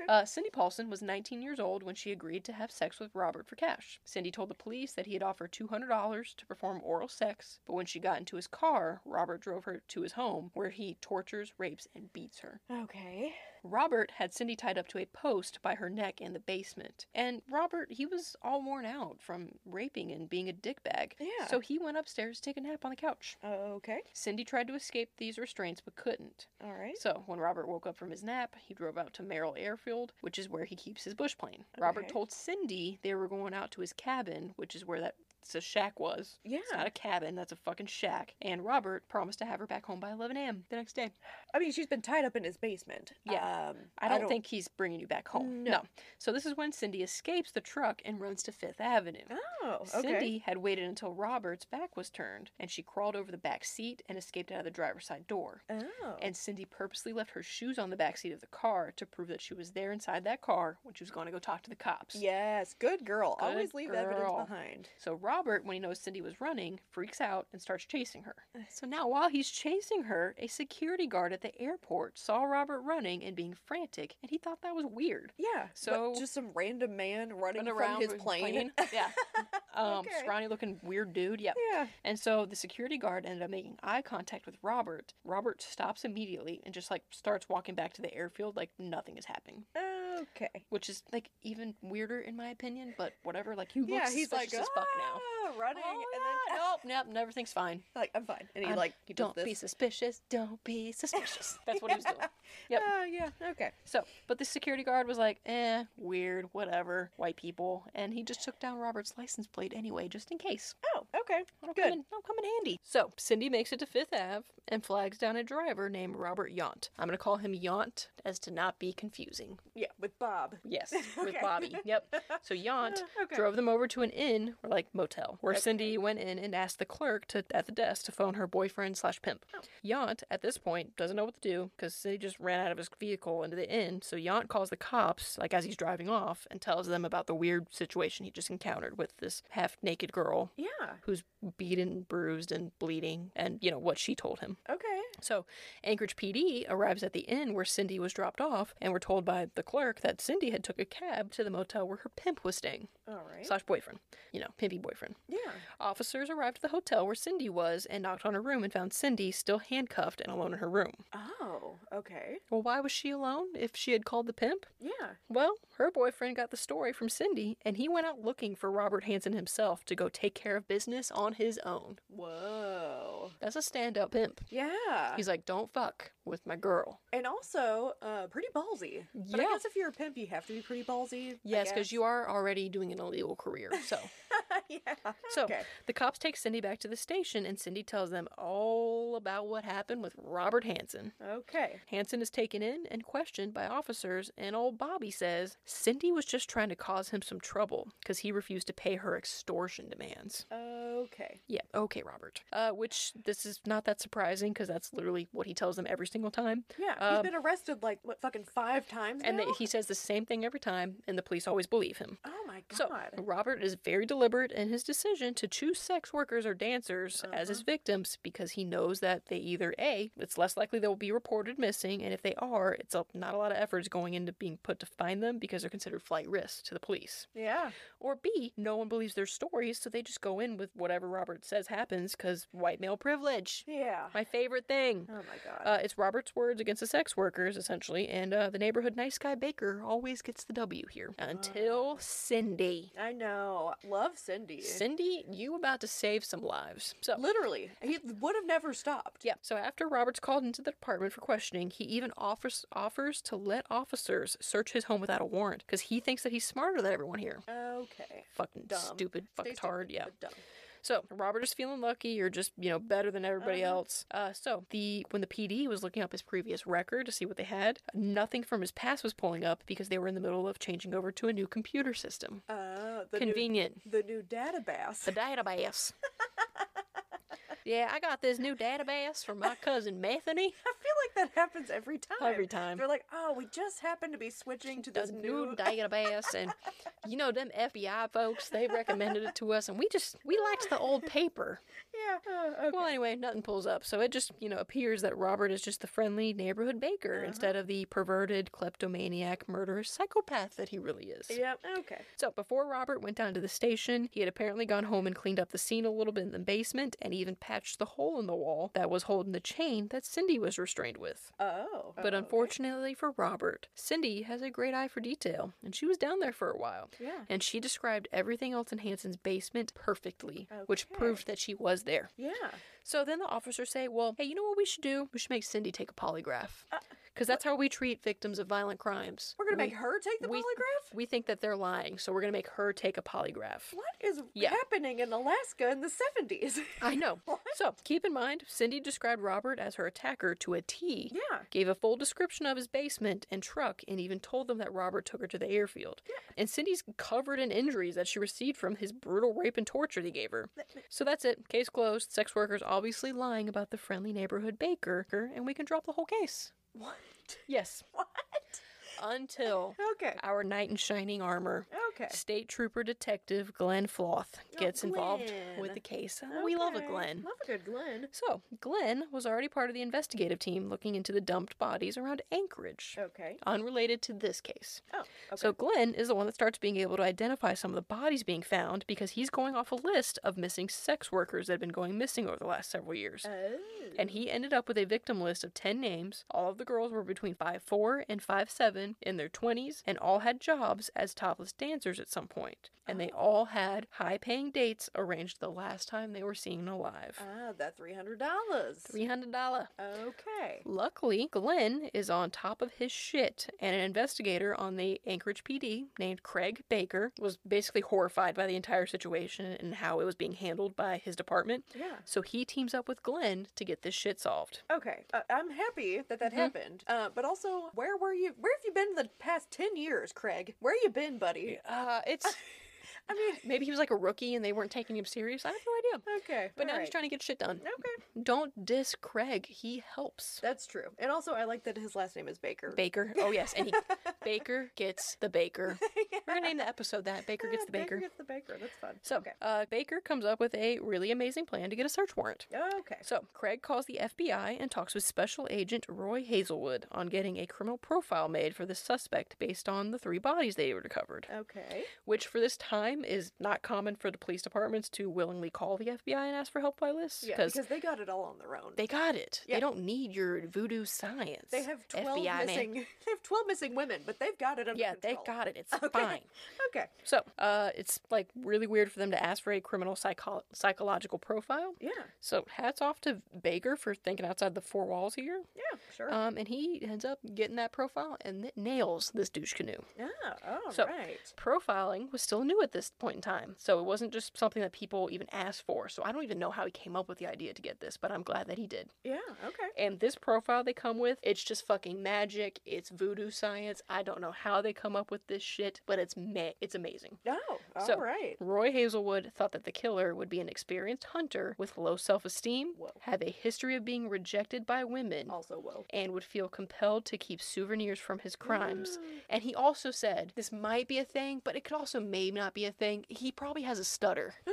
Speaker 2: Uh, Cindy Paulson was 19 years old when she agreed to have sex with Robert for cash. Cindy told the police that he had offered $200 to perform oral sex, but when she got into his car, Robert drove her to his home where he tortures, rapes, and beats her.
Speaker 1: okay.
Speaker 2: Robert had Cindy tied up to a post by her neck in the basement. And Robert, he was all worn out from raping and being a dickbag.
Speaker 1: Yeah.
Speaker 2: So he went upstairs to take a nap on the couch.
Speaker 1: Okay.
Speaker 2: Cindy tried to escape these restraints but couldn't.
Speaker 1: All right.
Speaker 2: So, when Robert woke up from his nap, he drove out to Merrill Airfield, which is where he keeps his bush plane. Robert
Speaker 1: Okay.
Speaker 2: told Cindy they were going out to his cabin, which is where that it's a shack was.
Speaker 1: Yeah.
Speaker 2: It's not a cabin, that's a fucking shack. And Robert promised to have her back home by 11 a.m. the next day.
Speaker 1: I mean, she's been tied up in his basement.
Speaker 2: Yeah.
Speaker 1: Um,
Speaker 2: I don't, think he's bringing you back home.
Speaker 1: No.
Speaker 2: So, this is when Cindy escapes the truck and runs to Fifth Avenue.
Speaker 1: Oh, okay.
Speaker 2: Cindy had waited until Robert's back was turned, and she crawled over the back seat and escaped out of the driver's side door.
Speaker 1: Oh.
Speaker 2: and Cindy purposely left her shoes on the backseat of the car to prove that she was there inside that car when she was going to go talk to the cops.
Speaker 1: yes, good girl.
Speaker 2: Good
Speaker 1: Always leave evidence
Speaker 2: girl.
Speaker 1: behind.
Speaker 2: So Robert, when he knows Cindy was running, freaks out and starts chasing her. So now while he's chasing her, a security guard at the airport saw Robert running and being frantic, and he thought that was weird.
Speaker 1: Yeah. but
Speaker 2: So-
Speaker 1: just some random man running
Speaker 2: Run
Speaker 1: from his
Speaker 2: with
Speaker 1: plane.
Speaker 2: yeah. Um,
Speaker 1: Okay.
Speaker 2: scrawny looking weird dude. Yep.
Speaker 1: Yeah.
Speaker 2: And so the security guard ended up making eye contact with Robert. Robert stops immediately and just like starts walking back to the airfield like nothing is happening.
Speaker 1: Oh, Okay.
Speaker 2: which is like even weirder in my opinion. But whatever, like he looks
Speaker 1: yeah, he's like,
Speaker 2: suspicious as fuck now.
Speaker 1: "Ah," running,
Speaker 2: Oh,
Speaker 1: and then
Speaker 2: yeah, nope, nope, everything's fine.
Speaker 1: like I'm fine, and he
Speaker 2: I'm-
Speaker 1: like he does
Speaker 2: don't be
Speaker 1: this.
Speaker 2: suspicious. Don't be suspicious. That's what he was doing. Yep.
Speaker 1: Oh yeah. Okay.
Speaker 2: So, but the security guard was like, eh, weird, whatever, white people. And he just took down Robert's license plate anyway, just in case.
Speaker 1: Oh, okay.
Speaker 2: That'll,
Speaker 1: Good.
Speaker 2: Come in, that'll come in handy. So, Cindy makes it to Fifth Ave and flags down a driver named Robert Yount. I'm going to call him Yount as to not be confusing.
Speaker 1: Yeah, with Bob.
Speaker 2: Yes, with
Speaker 1: Okay.
Speaker 2: Bobby. Yep. So, Yount
Speaker 1: okay.
Speaker 2: drove them over to an inn, or like motel, where Cindy went in and asked the clerk to at the desk to phone her boyfriend slash pimp.
Speaker 1: Oh.
Speaker 2: Yount, at this point, doesn't know what to do because Cindy just ran out of his vehicle into the inn. So Yount calls the cops, like as he's driving off, and tells them about the weird situation he just encountered with this half naked girl
Speaker 1: Yeah.
Speaker 2: who's beaten, bruised, and bleeding, and you know what she told him.
Speaker 1: Okay.
Speaker 2: So Anchorage PD arrives at the inn where Cindy was dropped off, and we're told by the clerk that Cindy had took a cab to the motel where her pimp was staying
Speaker 1: All right.
Speaker 2: slash boyfriend, you know, pimpy boyfriend.
Speaker 1: yeah.
Speaker 2: Officers arrived at the hotel where Cindy was and knocked on her room and found Cindy still handcuffed and alone in her room.
Speaker 1: Oh. Okay.
Speaker 2: Well, why was she alone if she had called the pimp?
Speaker 1: Yeah.
Speaker 2: Well, her boyfriend got the story from Cindy and he went out looking for Robert Hansen himself to go take care of business on his own.
Speaker 1: Whoa.
Speaker 2: That's a stand up pimp.
Speaker 1: Yeah.
Speaker 2: He's like, don't fuck with my girl.
Speaker 1: and also, uh, pretty ballsy. But I
Speaker 2: Yeah.
Speaker 1: guess if you're a pimp, you have to be pretty ballsy.
Speaker 2: Yes, because you are already doing an illegal career. So.
Speaker 1: yeah.
Speaker 2: So
Speaker 1: Okay.
Speaker 2: the cops take Cindy back to the station, and Cindy tells them all about what happened with Robert Hansen.
Speaker 1: Okay.
Speaker 2: Hansen is taken in and questioned by officers, and old Bobby says Cindy was just trying to cause him some trouble because he refused to pay her extortion demands.
Speaker 1: Okay.
Speaker 2: Yeah, okay, Robert. Uh, which this is not that surprising because that's literally what he tells them every single time.
Speaker 1: Yeah.
Speaker 2: Um,
Speaker 1: he's been arrested like what fucking five times.
Speaker 2: And
Speaker 1: now?
Speaker 2: that he says the same thing every time, and the police always believe him.
Speaker 1: Oh my god.
Speaker 2: So, Robert is very deliberate in his decision to choose sex workers or dancers as his victims because he knows that they either A, it's less likely they will be reported missing, and if they are, it's a, not a lot of efforts going into being put to find them because they're considered flight risks to the police.
Speaker 1: yeah.
Speaker 2: Or B, no one believes their stories, so they just go in with whatever Robert says happens because white male privilege.
Speaker 1: Yeah.
Speaker 2: My favorite thing.
Speaker 1: Oh my god.
Speaker 2: Uh, it's Robert's words against the sex workers, essentially, and uh, the neighborhood nice guy Baker always gets the W here until Cindy.
Speaker 1: I know. Love Cindy.
Speaker 2: Cindy, you about to save some lives. So,
Speaker 1: Literally, he would have never stopped.
Speaker 2: yeah. So after Robert's called into the department for questioning, he even offers offers to let officers search his home without a warrant because he thinks that he's smarter than everyone here.
Speaker 1: Okay.
Speaker 2: Fucking
Speaker 1: Dumb.
Speaker 2: stupid,
Speaker 1: Stay
Speaker 2: fucktard.
Speaker 1: stupid,
Speaker 2: yeah.
Speaker 1: but dumb.
Speaker 2: So Robert is feeling lucky, or just you know better than everybody
Speaker 1: Uh-huh.
Speaker 2: else. Uh, so the when the PD was looking up his previous record to see what they had, nothing from his past was pulling up because they were in the middle of changing over to a new computer system.
Speaker 1: Uh, the new,
Speaker 2: Convenient.
Speaker 1: the new database.
Speaker 2: The database. yeah, I got this new database from my cousin Bethany.
Speaker 1: I feel like that happens every time.
Speaker 2: Every time.
Speaker 1: They're like, oh, we just happen to be switching to
Speaker 2: The
Speaker 1: this new.
Speaker 2: new database, and you know them FBI folks. They recommended it to us, and we just we liked the old paper.
Speaker 1: yeah. uh, okay.
Speaker 2: Well, anyway, nothing pulls up, so it just you know appears that Robert is just the friendly neighborhood baker instead of the perverted kleptomaniac murderous psychopath that he really is.
Speaker 1: Yep. Okay.
Speaker 2: So, before Robert went down to the station, he had apparently gone home and cleaned up the scene a little bit in the basement and even patched the hole in the wall that was holding the chain that Cindy was restrained with.
Speaker 1: Oh.
Speaker 2: But
Speaker 1: oh,
Speaker 2: unfortunately for Robert, Cindy has a great eye for detail, and she was down there for a while.
Speaker 1: Yeah.
Speaker 2: And she described everything else in Hansen's basement perfectly, which
Speaker 1: Okay.
Speaker 2: proved that she was there.
Speaker 1: Yeah.
Speaker 2: So then the officers say, well, hey, you know what we should do? We should make Cindy take a polygraph. Because that's how we treat victims of violent
Speaker 1: Uh,
Speaker 2: crimes.
Speaker 1: We're gonna
Speaker 2: We-
Speaker 1: make her take the
Speaker 2: we-
Speaker 1: polygraph.
Speaker 2: We think that they're lying, so we're going to make her take a polygraph.
Speaker 1: What is
Speaker 2: Yeah.
Speaker 1: happening in Alaska in the seventies?
Speaker 2: I know. So keep in mind, Cindy described Robert as her attacker to a T.
Speaker 1: Yeah.
Speaker 2: Gave a full description of his basement and truck and even told them that Robert took her to the airfield. And Cindy's covered in injuries that she received from his brutal rape and torture that he gave her. So that's it. Case closed. Sex workers obviously lying about the friendly neighborhood baker, and we can drop the whole case.
Speaker 1: what?
Speaker 2: Yes.
Speaker 1: What?
Speaker 2: Until
Speaker 1: Okay.
Speaker 2: our knight in shining armor.
Speaker 1: Okay. Oh,
Speaker 2: State Trooper Detective Glenn Floth gets involved with
Speaker 1: Glenn.
Speaker 2: the case. We love a
Speaker 1: Okay.
Speaker 2: Glenn.
Speaker 1: Love a good Glenn.
Speaker 2: So, Glenn was already part of the investigative team looking into the dumped bodies around Anchorage,
Speaker 1: Okay.
Speaker 2: unrelated to this case.
Speaker 1: Oh. Okay.
Speaker 2: So, Glenn is the one that starts being able to identify some of the bodies being found because he's going off a list of missing sex workers that have been going missing over the last several years.
Speaker 1: Oh.
Speaker 2: And he ended up with a victim list of 10 names. All of the girls were between 5'4 and 5'7 women in their 20s and all had jobs as topless dancers at some point. And they all had high paying dates arranged the last time they were seen alive.
Speaker 1: Ah, that three hundred dollars.
Speaker 2: $300.
Speaker 1: Okay.
Speaker 2: Luckily, Glenn is on top of his shit, and an investigator on the Anchorage PD named Craig Baker was basically horrified by the entire situation and how it was being handled by his department.
Speaker 1: Yeah.
Speaker 2: So he teams up with Glenn to get this shit solved.
Speaker 1: Okay. Uh, I'm happy that
Speaker 2: Mm-hmm.
Speaker 1: that happened. Uh, but also, where were you? Where have you been the past ten years, Craig? Where you been, buddy?
Speaker 2: Uh, it's
Speaker 1: I mean,
Speaker 2: maybe he was like a rookie and they weren't taking him serious. I have no idea.
Speaker 1: okay.
Speaker 2: But now
Speaker 1: alright.
Speaker 2: he's trying to get shit done.
Speaker 1: Okay.
Speaker 2: Don't diss Craig. He helps.
Speaker 1: That's true. And also, I like that his last name is Baker.
Speaker 2: Baker. Oh yes, and he, Baker gets the Baker. We're gonna name the episode that Baker gets the Baker.
Speaker 1: gets the Ah, Baker. That's fun.
Speaker 2: So
Speaker 1: okay.
Speaker 2: uh, Baker comes up with a really amazing plan to get a search warrant.
Speaker 1: Okay.
Speaker 2: So Craig calls the FBI and talks with Special Agent Roy Hazelwood on getting a criminal profile made for this suspect based on the three bodies they recovered,
Speaker 1: Okay.
Speaker 2: which for this time is not common for the police departments to willingly call the FBI and ask for help by lists
Speaker 1: Yeah, because they got it all on their own.
Speaker 2: they got it.
Speaker 1: Yeah.
Speaker 2: They don't need your voodoo science.
Speaker 1: They have twelve
Speaker 2: FBI man.
Speaker 1: missing. They have twelve missing women, but they've got it under
Speaker 2: Yeah, they
Speaker 1: control.
Speaker 2: got it. It's
Speaker 1: Okay.
Speaker 2: fine.
Speaker 1: Okay.
Speaker 2: So, uh, it's like really weird for them to ask for a criminal psycho- psychological profile.
Speaker 1: Yeah.
Speaker 2: So hats off to Baker for thinking outside the four walls here.
Speaker 1: Yeah. Sure.
Speaker 2: Um, and he ends up getting that profile and it nails this douche canoe.
Speaker 1: yeah. All right.
Speaker 2: so- Profiling was still new at this point in time, so it wasn't just something that people even asked for. So I don't even know how he came up with the idea to get this, but I'm glad that he did.
Speaker 1: Yeah. Okay.
Speaker 2: And this profile they come with, it's just fucking magic. It's voodoo science. I don't know how they come up with this shit, but it's ma- it's amazing.
Speaker 1: No. All right.
Speaker 2: So- Roy Hazelwood thought that the killer would be an experienced hunter with low self esteem,
Speaker 1: Whoa.
Speaker 2: have a history of being rejected by women,
Speaker 1: Also, whoa.
Speaker 2: and would feel compelled to keep souvenirs from his crimes.
Speaker 1: Mm.
Speaker 2: And he also said, This might be a thing, but it could also may not be a thing. He probably has a stutter.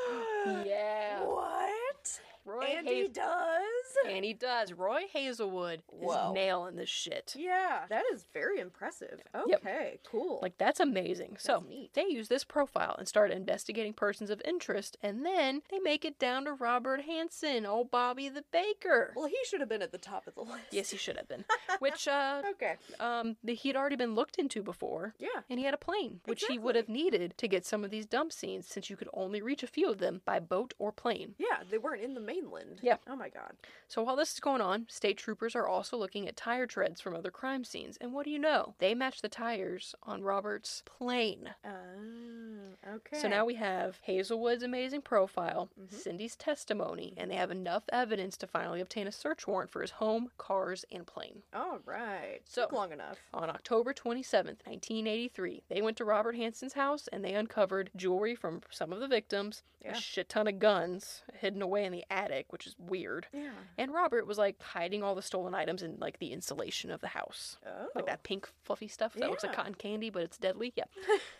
Speaker 2: yeah.
Speaker 1: What?
Speaker 2: Roy
Speaker 1: And
Speaker 2: Haz-
Speaker 1: he does.
Speaker 2: and he does. Roy Hazelwood
Speaker 1: Whoa.
Speaker 2: is nailing this shit.
Speaker 1: Yeah. That is very impressive.
Speaker 2: Yep.
Speaker 1: Okay. Cool.
Speaker 2: Like that's amazing. so
Speaker 1: That's neat.
Speaker 2: they use this profile and start investigating persons of interest, and then they make it down to Robert Hansen, old Bobby the Baker.
Speaker 1: well, he should have been at the top of the list.
Speaker 2: Yes, he should have been. Which uh,
Speaker 1: Okay.
Speaker 2: um, the, he'd already been looked into before.
Speaker 1: Yeah.
Speaker 2: And he had a plane, which he would have needed to get some of these dump scenes since you could only reach a few of them by boat or plane.
Speaker 1: Yeah. They weren't in the mainland.
Speaker 2: Yeah.
Speaker 1: Oh my God.
Speaker 2: So while this is going on, state troopers are also looking at tire treads from other crime scenes. And what do you know? They match the tires on Robert's plane.
Speaker 1: Oh. Okay.
Speaker 2: So now we have Hazelwood's amazing profile, Cindy's testimony, and they have enough evidence to finally obtain a search warrant for his home, cars, and plane.
Speaker 1: All right.
Speaker 2: So- Oh,
Speaker 1: Took long enough.
Speaker 2: On October 27th, 1983, they went to Robert Hansen's house and they uncovered jewelry from some of the victims,
Speaker 1: Yeah.
Speaker 2: a shit ton of guns hidden away in the attic, which is weird.
Speaker 1: Yeah.
Speaker 2: And Robert was like hiding all the stolen items in like the insulation of the house
Speaker 1: Oh.
Speaker 2: like that pink fluffy stuff that looks like
Speaker 1: Yeah.
Speaker 2: cotton candy but it's deadly yeah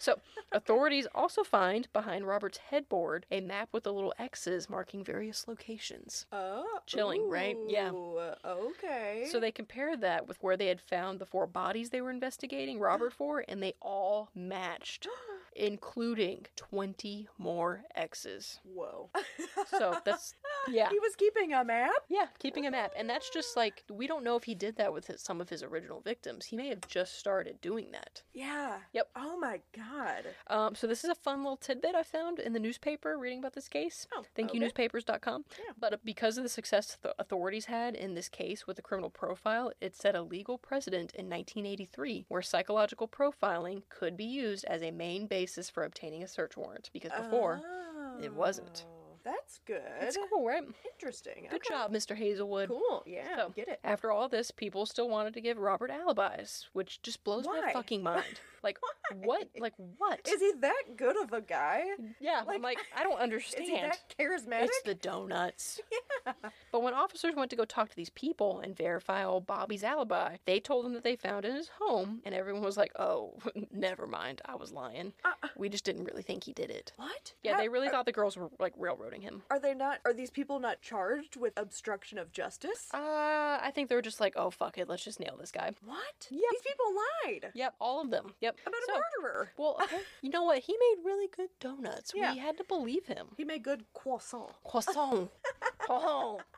Speaker 2: so authorities also find behind robert's headboard a map with the little x's marking various locations
Speaker 1: Oh,
Speaker 2: Chilling, right? Yeah.
Speaker 1: ooh, Okay.
Speaker 2: so they compare that with where they had found the four bodies they were investigating robert for and they all matched including 20 more x's
Speaker 1: whoa.
Speaker 2: so that's yeah
Speaker 1: He was keeping a map.
Speaker 2: yeah, keeping a map. And that's just like, we don't know if he did that with his, some of his original victims. He may have just started doing that.
Speaker 1: Yeah.
Speaker 2: Yep.
Speaker 1: Oh my god.
Speaker 2: Um, so this is a fun little tidbit I found in the newspaper reading about this case.
Speaker 1: Oh,
Speaker 2: Thank you,
Speaker 1: okay.
Speaker 2: newspapers.com.
Speaker 1: Yeah.
Speaker 2: But uh, because of the success the authorities had in this case with the criminal profile, it set a legal precedent in 1983 where psychological profiling could be used as a main basis for obtaining a search warrant. Because before, it wasn't.
Speaker 1: Oh, That's good.
Speaker 2: it's cool, right?
Speaker 1: Interesting.
Speaker 2: Good
Speaker 1: Okay.
Speaker 2: job, Mr. Hazelwood.
Speaker 1: Cool. Yeah.
Speaker 2: So-
Speaker 1: get it.
Speaker 2: After all this, people still wanted to give Robert alibis, which just blows
Speaker 1: Why?
Speaker 2: my fucking mind. Like, what? Like, what?
Speaker 1: Is he that good of a guy?
Speaker 2: yeah,
Speaker 1: like-
Speaker 2: I'm like, I don't
Speaker 1: Is
Speaker 2: understand.
Speaker 1: he that charismatic?
Speaker 2: It's the donuts. But when officers went to go talk to these people and verify old Bobby's alibi, they told them that they found it in his home, and everyone was like, oh, never mind. I was lying.
Speaker 1: Uh,
Speaker 2: We just didn't really think he did it.
Speaker 1: what?
Speaker 2: Yeah,
Speaker 1: How- uh
Speaker 2: they really
Speaker 1: are,
Speaker 2: thought the girls were like railroading him.
Speaker 1: Are they not? Are these people not charged with obstruction of justice?
Speaker 2: Uh, I think they were just like, oh, fuck it. Let's just nail this guy.
Speaker 1: what?
Speaker 2: yeah.
Speaker 1: These people lied
Speaker 2: Yep, all of them. Yep.
Speaker 1: about
Speaker 2: So-
Speaker 1: a murderer.
Speaker 2: Well, okay, you know what? He made really good donuts.
Speaker 1: Yeah.
Speaker 2: We had to believe him.
Speaker 1: He made good croissant.
Speaker 2: Croissant. Croissant.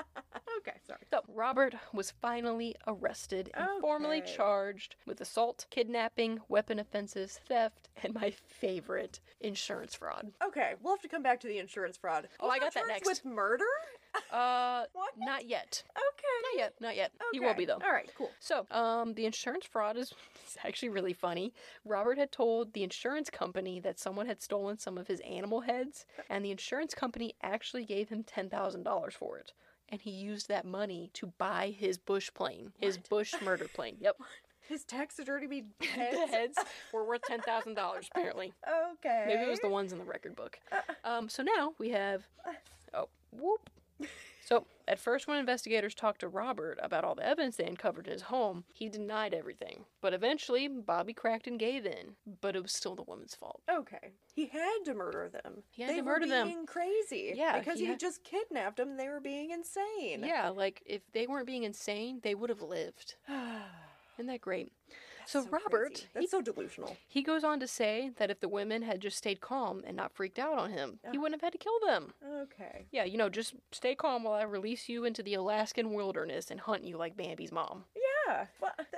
Speaker 1: Okay, sorry.
Speaker 2: So, Robert was finally arrested and formally
Speaker 1: Okay.
Speaker 2: charged with assault, kidnapping, weapon offenses, theft, and my favorite, insurance fraud.
Speaker 1: Okay, we'll have to come back to the insurance fraud.
Speaker 2: Oh, I
Speaker 1: He's not
Speaker 2: got that
Speaker 1: charged With
Speaker 2: next.
Speaker 1: murder?
Speaker 2: Uh,
Speaker 1: What?
Speaker 2: not yet.
Speaker 1: Okay.
Speaker 2: Not yet. Not yet. He
Speaker 1: Okay.
Speaker 2: will be, though.
Speaker 1: All right, cool.
Speaker 2: So, um, the insurance fraud is it's actually really funny. Robert had told the insurance company that someone had stolen some of his animal heads, and the insurance company actually gave him $10,000 for it. And he used that money to buy his bush plane, his
Speaker 1: What?
Speaker 2: bush murder plane. Yep.
Speaker 1: His taxidermy
Speaker 2: The
Speaker 1: heads.
Speaker 2: heads were worth $10,000, apparently.
Speaker 1: Okay. Uh,
Speaker 2: Maybe it was the ones in the record book. Um, so now we have. Oh, whoop. So at first, when investigators talked to Robert about all the evidence they uncovered in his home, he denied everything. But eventually, Bobby cracked and gave in. But it was still the woman's fault.
Speaker 1: Okay. He had to murder them.
Speaker 2: He had
Speaker 1: they
Speaker 2: to
Speaker 1: were
Speaker 2: murder them.
Speaker 1: being crazy.
Speaker 2: Yeah,
Speaker 1: Because
Speaker 2: he
Speaker 1: he,
Speaker 2: had-
Speaker 1: just kidnapped them. They were being insane.
Speaker 2: Yeah, like if they weren't being insane, they would have lived. Isn't that great? so, Robert,
Speaker 1: crazy.
Speaker 2: he
Speaker 1: That's so delusional.
Speaker 2: He goes on to say that if the women had just stayed calm and not freaked out on him, he wouldn't have had to kill them.
Speaker 1: Okay.
Speaker 2: Yeah, you know, just stay calm while I release you into the Alaskan wilderness and hunt you like Bambi's mom.
Speaker 1: Yeah. Well, th-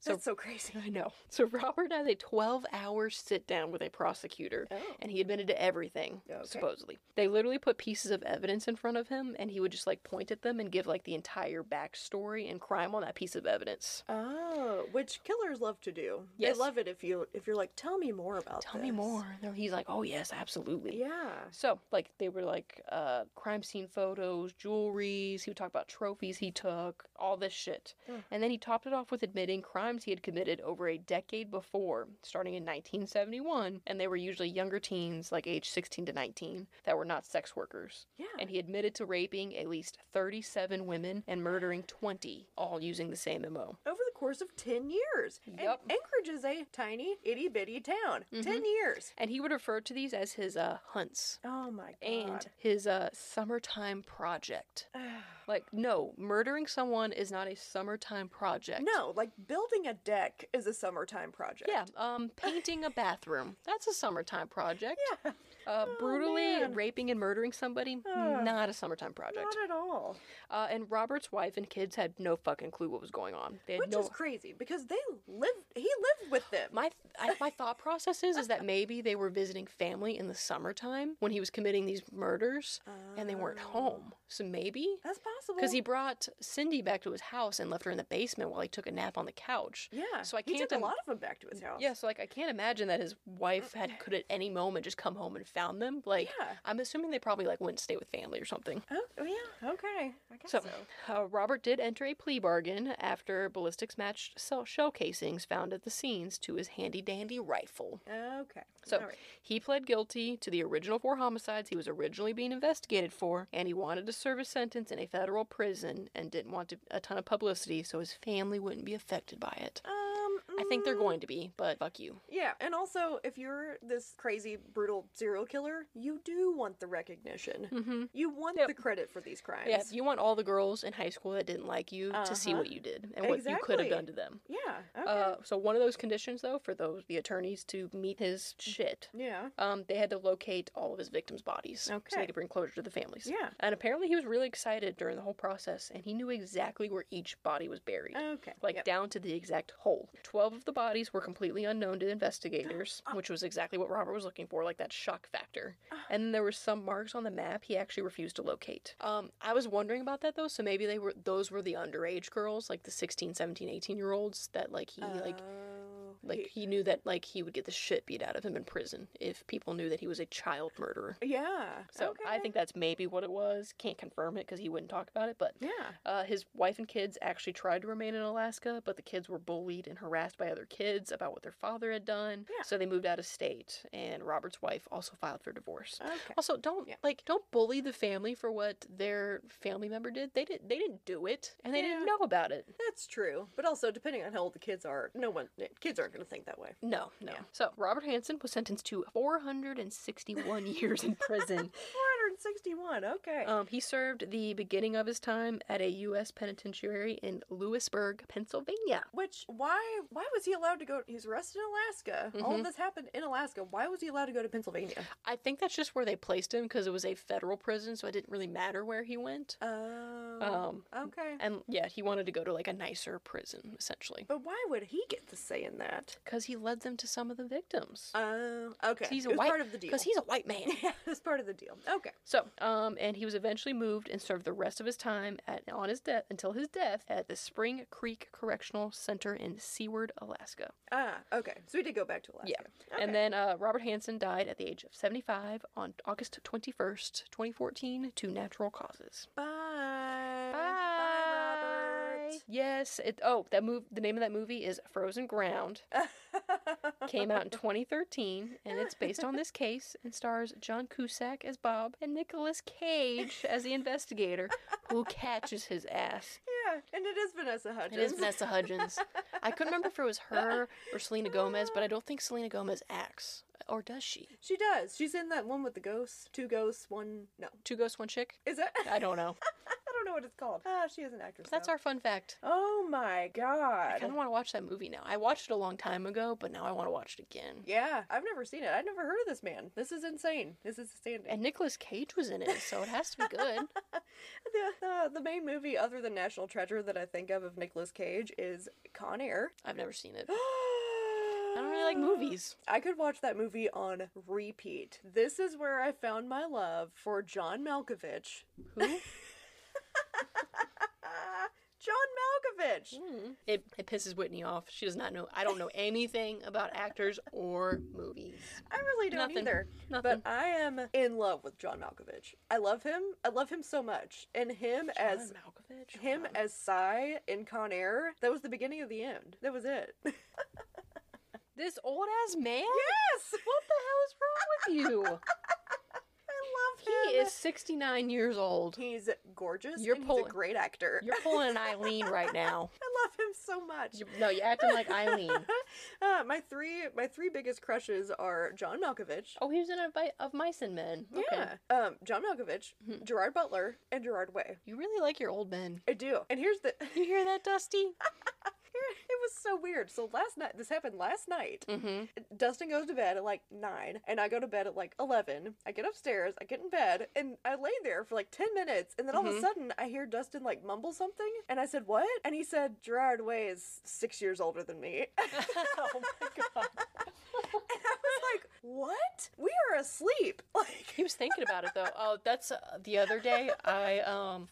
Speaker 2: So-
Speaker 1: that's so crazy.
Speaker 2: I know. So Robert has a 12 hour sit down with a prosecutor,
Speaker 1: Oh.
Speaker 2: and he admitted to everything,
Speaker 1: Okay.
Speaker 2: supposedly. They literally put pieces of evidence in front of him, and he would just like point at them and give like the entire backstory and crime on that piece of evidence.
Speaker 1: Oh, which killers love to do.
Speaker 2: Yes.
Speaker 1: They love it if you if you're like, tell me more about
Speaker 2: Tell me
Speaker 1: this."
Speaker 2: more. And he's like, oh, yes, absolutely.
Speaker 1: Yeah.
Speaker 2: So, like, they were like uh, crime scene photos, jewelries. He would talk about trophies he took, all this shit.
Speaker 1: Ugh.
Speaker 2: And then he topped it off with admitting crimes he had committed over a decade before, starting in 1971. And they were usually younger teens, like age 16 to 19, that were not sex workers.
Speaker 1: Yeah.
Speaker 2: And he admitted to raping at least 37 women and murdering 20, all using the same MO.
Speaker 1: over the course of 10 years. And
Speaker 2: Yup. Mm-hmm.
Speaker 1: Anchorage is a tiny, itty bitty town. 10 years.
Speaker 2: And he would refer to these as his uh, hunts
Speaker 1: Oh my
Speaker 2: and
Speaker 1: God.
Speaker 2: his uh, summertime project. Like, no, murdering someone is not a summertime project.
Speaker 1: no, like building a deck is a summertime project.
Speaker 2: Yeah, um, painting a bathroom. That's a summertime project.
Speaker 1: Yeah. Oh,
Speaker 2: Uh, brutally
Speaker 1: man.
Speaker 2: raping and murdering somebody, not a summertime project.
Speaker 1: Not at all.
Speaker 2: Uh, and Robert's wife and kids had no fucking clue what was going on. They had
Speaker 1: Which
Speaker 2: no.
Speaker 1: is crazy because they lived, he lived with them.
Speaker 2: my I, my thought process is is that maybe they were visiting family in the summertime when he was committing these murders, and they
Speaker 1: Oh.
Speaker 2: weren't home. So maybe
Speaker 1: That's possible.
Speaker 2: Because he brought Cindy back to his house and left her in the basement while he took a nap on the couch.
Speaker 1: yeah.
Speaker 2: So I
Speaker 1: he
Speaker 2: can't.
Speaker 1: took a
Speaker 2: im-
Speaker 1: lot of them back to his house.
Speaker 2: Yeah. So like I can't imagine that his wife had could at any moment just come home and found them. Like
Speaker 1: Yeah.
Speaker 2: I'm assuming they probably like went to stay with family or something.
Speaker 1: Oh, yeah. Okay. I guess
Speaker 2: So,
Speaker 1: so.
Speaker 2: uh, Robert did enter a plea bargain after ballistics matched cell- shell casings found at the scenes to his handy dandy rifle.
Speaker 1: Okay.
Speaker 2: So
Speaker 1: All right.
Speaker 2: he pled guilty to the original four homicides he was originally being investigated for, and he wanted to serve a sentence in a federal prison and didn't want to, a ton of publicity so his family wouldn't be affected by it.
Speaker 1: Um,
Speaker 2: I think they're
Speaker 1: mm,
Speaker 2: going to be, but fuck you.
Speaker 1: Yeah, and also, if you're this crazy, brutal serial killer, you do want the recognition.
Speaker 2: Mm-hmm.
Speaker 1: You want
Speaker 2: Yep.
Speaker 1: the credit for these crimes.
Speaker 2: Yeah, you want all the girls in high school that didn't like you to see
Speaker 1: Uh-huh.
Speaker 2: what you did and what you could have
Speaker 1: Exactly.
Speaker 2: done to them.
Speaker 1: Yeah. Okay.
Speaker 2: Uh, so one of those conditions, though, for those the attorneys to meet his shit,
Speaker 1: yeah.
Speaker 2: um, they had to locate all of his victims' bodies so they
Speaker 1: Okay.
Speaker 2: could bring closure to the families.
Speaker 1: Yeah.
Speaker 2: And apparently he was really excited during the whole process and he knew exactly where each body was buried.
Speaker 1: Okay.
Speaker 2: Like
Speaker 1: Yep.
Speaker 2: down to the exact hole. Twelve of the bodies were completely unknown to investigators, which was exactly what Robert was looking for, like that shock factor. And then there were some marks on the map he actually refused to locate. Um, I was wondering about that though, so maybe they were those were the underage girls, like the 16, 17, 18 year olds that like he like
Speaker 1: Oh,
Speaker 2: like he knew that like he would get the shit beat out of him in prison if people knew that he was a child murderer.
Speaker 1: he- yeah.
Speaker 2: So I
Speaker 1: okay.
Speaker 2: think that's maybe what it was. Can't confirm it because he wouldn't talk about it. But
Speaker 1: Yeah.
Speaker 2: uh, his wife and kids actually tried to remain in Alaska, but the kids were bullied and harassed by other kids about what their father had done.
Speaker 1: Yeah.
Speaker 2: So they moved out of state, and Robert's wife also filed for divorce.
Speaker 1: Okay.
Speaker 2: Also, don't
Speaker 1: Yeah.
Speaker 2: like don't bully the family for what their family member did. They didn't they didn't do it, and they didn't
Speaker 1: Yeah.
Speaker 2: know about it.
Speaker 1: That's true. But also, depending on how old the kids are, no one eh, kids aren't going to think that way.
Speaker 2: No, no. So Robert Hansen was sentenced to 461 years in prison.
Speaker 1: 61. Okay.
Speaker 2: Um, he served the beginning of his time at a U.S. penitentiary in Lewisburg, Pennsylvania.
Speaker 1: Which why why was he allowed to go? He's arrested in Alaska. All
Speaker 2: Mhm.
Speaker 1: of this happened in Alaska. Why was he allowed to go to Pennsylvania?
Speaker 2: I think that's just where they placed him because it was a federal prison, so it didn't really matter where he went.
Speaker 1: Oh.
Speaker 2: Um,
Speaker 1: okay.
Speaker 2: and yeah, he wanted to go to like a nicer prison, essentially,
Speaker 1: But why would he get the say in that?
Speaker 2: because he led them to some of the victims.
Speaker 1: Oh, okay.
Speaker 2: He's a
Speaker 1: it was
Speaker 2: white-
Speaker 1: part of the deal.
Speaker 2: Because he's a white man.
Speaker 1: yeah, it was part of the deal. Okay.
Speaker 2: So, um, and he was eventually moved and served the rest of his time at on his death until his death at the Spring Creek Correctional Center in Seward, Alaska.
Speaker 1: Ah, okay. So he did go back to Alaska.
Speaker 2: Yeah.
Speaker 1: Okay.
Speaker 2: And then uh, Robert Hansen died at the age of 75 on August 21st, 2014, to natural causes.
Speaker 1: Bye. Bye,
Speaker 2: Yes. It, oh, that move. The name of that movie is Frozen Ground.
Speaker 1: Robert.
Speaker 2: Came out in 2013, and it's based on this case and stars John Cusack as Bob and Nicolas Cage as the investigator who catches his ass.
Speaker 1: Yeah, and it is Vanessa Hudgens.
Speaker 2: It is Vanessa Hudgens. I couldn't remember if it was her or Selena Gomez, but I don't think Selena Gomez acts. Or does she?
Speaker 1: She does. She's in that one with the ghosts. Two ghosts, one. No.
Speaker 2: Two ghosts, one chick?
Speaker 1: Is it?
Speaker 2: I don't know.
Speaker 1: I don't know what it's called. Ah, she is an actress.
Speaker 2: That's
Speaker 1: now.
Speaker 2: our fun fact.
Speaker 1: Oh my
Speaker 2: I
Speaker 1: god.
Speaker 2: kind of want to watch that movie now. I watched it a long time ago, but now I want to watch it again.
Speaker 1: Yeah, I've never seen it. I've never heard of this man. This is insane. This is astounding.
Speaker 2: And Nicolas Cage was in it, so it has to be good.
Speaker 1: the, the the main movie other than National Treasure that I think of of Nicolas Cage is Con Air.
Speaker 2: I've never seen it.
Speaker 1: I
Speaker 2: I don't really like movies.
Speaker 1: I could watch that movie on repeat. This is where I found my love for John Malkovich.
Speaker 2: Who?
Speaker 1: Ah, John Malkovich.
Speaker 2: It, it pisses Whitney off. She does not know. I don't know anything about actors or movies.
Speaker 1: I really don't
Speaker 2: Nothing.
Speaker 1: either.
Speaker 2: Nothing.
Speaker 1: But I am in love with John Malkovich. I love him. I love him so much. And him as
Speaker 2: John Malkovich.
Speaker 1: him
Speaker 2: Wow.
Speaker 1: as Psy in Con Air, that was the beginning of the end. That was it. yes!
Speaker 2: this old ass man.
Speaker 1: What
Speaker 2: What the hell is wrong with you?
Speaker 1: I love him.
Speaker 2: He is 69 years old.
Speaker 1: He's gorgeous. You're
Speaker 2: You're
Speaker 1: and
Speaker 2: pulling-
Speaker 1: he's a great actor.
Speaker 2: You're pulling an Eileen right now.
Speaker 1: I love him so much.
Speaker 2: You- No, you're acting like Eileen.
Speaker 1: Uh, my three my three biggest crushes are John Malkovich.
Speaker 2: Oh, he was in a bite of Mice and Men. Oh, Okay.
Speaker 1: Yeah. Um, John Malkovich,
Speaker 2: Mhm.
Speaker 1: Gerard Butler, and Gerard Way.
Speaker 2: You really like your old men.
Speaker 1: I do. And here's the here,
Speaker 2: You hear that, Dusty?
Speaker 1: it was so weird. So last night this happened last night.
Speaker 2: Mm-hmm.
Speaker 1: Dustin goes to bed at like nine, and I go to bed at like eleven. I get upstairs, I get in bed, and I lay there for like ten minutes, and then all of
Speaker 2: Mhm.
Speaker 1: a sudden I hear Dustin like mumble something, and I said, What? And he said, Gerard Way is six years older than me.
Speaker 2: oh my god.
Speaker 1: And I was like, "What? We are asleep!" Like,
Speaker 2: He was thinking about it though. Oh, that's uh, the other day. I um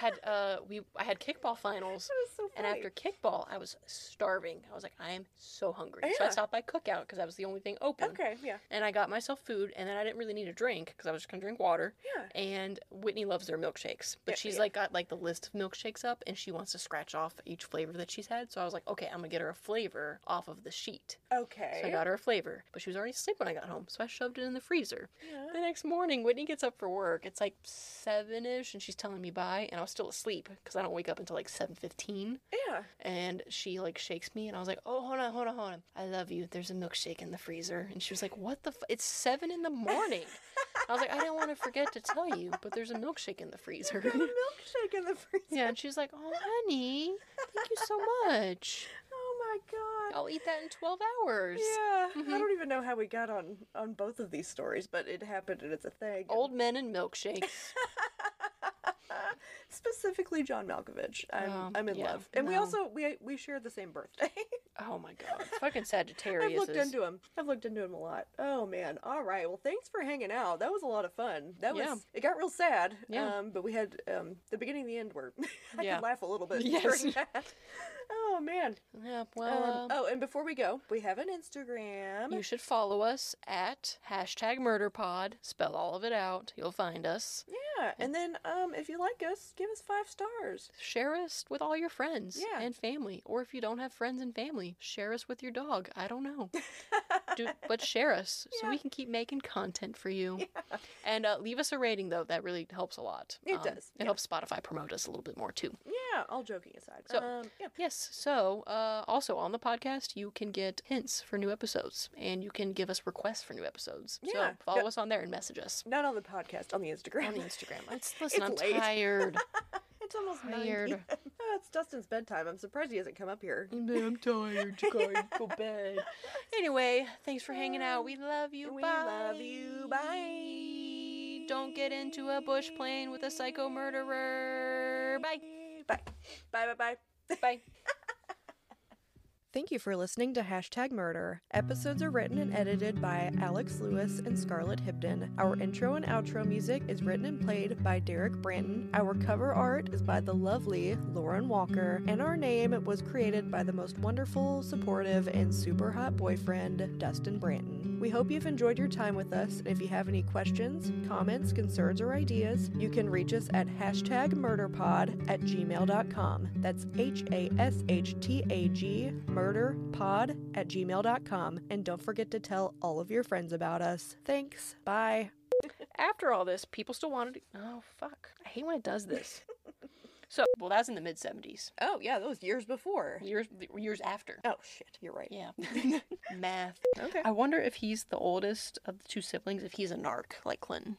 Speaker 2: had uh we I had kickball finals.
Speaker 1: it was so
Speaker 2: And
Speaker 1: funny.
Speaker 2: after kickball, I was starving. I was like, I am so hungry. So I
Speaker 1: Yeah.
Speaker 2: stopped by Cookout because that was the only thing open.
Speaker 1: okay, yeah,
Speaker 2: And I got myself food, and then I didn't really need a drink because I was just gonna drink water.
Speaker 1: yeah,
Speaker 2: And Whitney loves their milkshakes, but
Speaker 1: Yeah,
Speaker 2: she's
Speaker 1: yeah.
Speaker 2: like got like the list of milkshakes up, and she wants to scratch off each flavor that she's had. So I was like, okay, I'm gonna get her a flavor off of the sheet.
Speaker 1: okay.
Speaker 2: So I got her a flavor, but she was already asleep when I got home, so I shoved it in the freezer.
Speaker 1: Yeah.
Speaker 2: The next morning, Whitney gets up for work. It's like seven ish, and she's telling me bye, and I was still asleep because I don't wake up until like seven fifteen.
Speaker 1: yeah.
Speaker 2: And she like shakes me, and I was like, "Oh, hold on, hold on, hold on. I love you. There's a milkshake in the freezer." And she was like, "What the? F- it's seven in the morning." I was like, "I didn't want to forget to tell you, but there's a milkshake in the freezer."
Speaker 1: Got a milkshake in the freezer.
Speaker 2: yeah, and she's like, "Oh, honey, thank you so much.
Speaker 1: Oh my god.
Speaker 2: I'll eat that in twelve hours."
Speaker 1: Yeah.
Speaker 2: Mhm.
Speaker 1: I don't even know how we got on on both of these stories, but it happened and it's a thing.
Speaker 2: Old men and milkshakes.
Speaker 1: Specifically, John Malkovich. I'm
Speaker 2: Oh,
Speaker 1: I'm in
Speaker 2: yeah,
Speaker 1: love, and we
Speaker 2: no.
Speaker 1: also we we share the same birthday.
Speaker 2: Oh my god, fucking
Speaker 1: I've
Speaker 2: Sagittarius.
Speaker 1: looked into him. I've looked into him a lot. Oh man. All right. Well, thanks for hanging out. That was a lot of fun. That
Speaker 2: Yeah.
Speaker 1: was. It got real sad.
Speaker 2: Yeah.
Speaker 1: Um, but we had um the beginning and the end were. I
Speaker 2: Yeah.
Speaker 1: could laugh a little bit
Speaker 2: Yes.
Speaker 1: during that. Oh man.
Speaker 2: Yeah, well,
Speaker 1: Um, oh, and before we go, we have an Instagram.
Speaker 2: you should follow us at hashtag MurderPod. Spell all of it out. You'll find us.
Speaker 1: yeah. And then um, if you like us, give us five stars.
Speaker 2: Share us with all your friends
Speaker 1: Yeah.
Speaker 2: and family, or if you don't have friends and family, Absolutely. Share us with your dog. I don't know. Do, but share us so we can keep making content for you. And uh, leave us a rating, though. That really helps a lot. Um,
Speaker 1: It does,
Speaker 2: It
Speaker 1: yeah.
Speaker 2: helps Spotify promote us a little bit more, too.
Speaker 1: yeah, all joking aside.
Speaker 2: So-
Speaker 1: um, yeah.
Speaker 2: Yes. So, uh, also on the podcast, you can get hints for new episodes and you can give us requests for new episodes.
Speaker 1: Yeah.
Speaker 2: So, follow
Speaker 1: Yeah.
Speaker 2: us on there and message us
Speaker 1: Not on the podcast, on the Instagram.
Speaker 2: on the Instagram. It's, listen,
Speaker 1: It's
Speaker 2: I'm
Speaker 1: late.
Speaker 2: tired.
Speaker 1: it's almost
Speaker 2: Tired.
Speaker 1: 9 p.m. Oh, it's Dustin's bedtime. I'm surprised he hasn't come up here.
Speaker 2: I'm tired. You guys go bed. Anyway, thanks for hanging out. We love you.
Speaker 1: We
Speaker 2: Bye.
Speaker 1: love you. Bye.
Speaker 2: Don't get into a bush plane with a psycho murderer. Bye.
Speaker 1: Bye. Bye. Bye. Bye.
Speaker 2: Bye.
Speaker 1: Thank you for listening to Hashtag Murder. Episodes are written and edited by Alex Lewis and Scarlett Hibden. Our intro and outro music is written and played by Derek Branton. Our cover art is by the lovely Lauren Walker. And our name was created by the most wonderful, supportive, and super hot boyfriend, Dustin Branton. We hope you've enjoyed your time with us. And if you have any questions, comments, concerns, or ideas, you can reach us at hashtag murderpod at gmail.com. That's H A S H T A G murderpod at gmail.com. And don't forget to tell all of your friends about us. Thanks. Bye.
Speaker 2: After all this, people still wanted to. Oh, fuck. I hate when it does this. so, well, that was in the mid 70s,
Speaker 1: Oh, yeah, that was years before.
Speaker 2: years, years after.
Speaker 1: Oh, shit. You're right.
Speaker 2: Yeah. Math.
Speaker 1: Okay.
Speaker 2: I wonder if he's the oldest of the two siblings, if he's a narc like Clinton.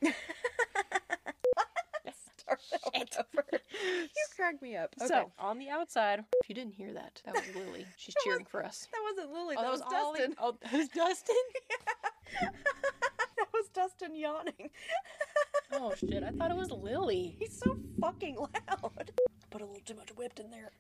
Speaker 1: Start
Speaker 2: Shit.
Speaker 1: over. You cracked me up. Okay.
Speaker 2: So, on the outside, if you didn't hear that, that was Lily. She's cheering for us.
Speaker 1: that wasn't Lily.
Speaker 2: Oh, that was Ollie. Oh, that was Dustin.
Speaker 1: that was Dustin yawning.
Speaker 2: oh shit! I thought it was Lily.
Speaker 1: He's so fucking loud.
Speaker 2: Put a little too much whipped in there.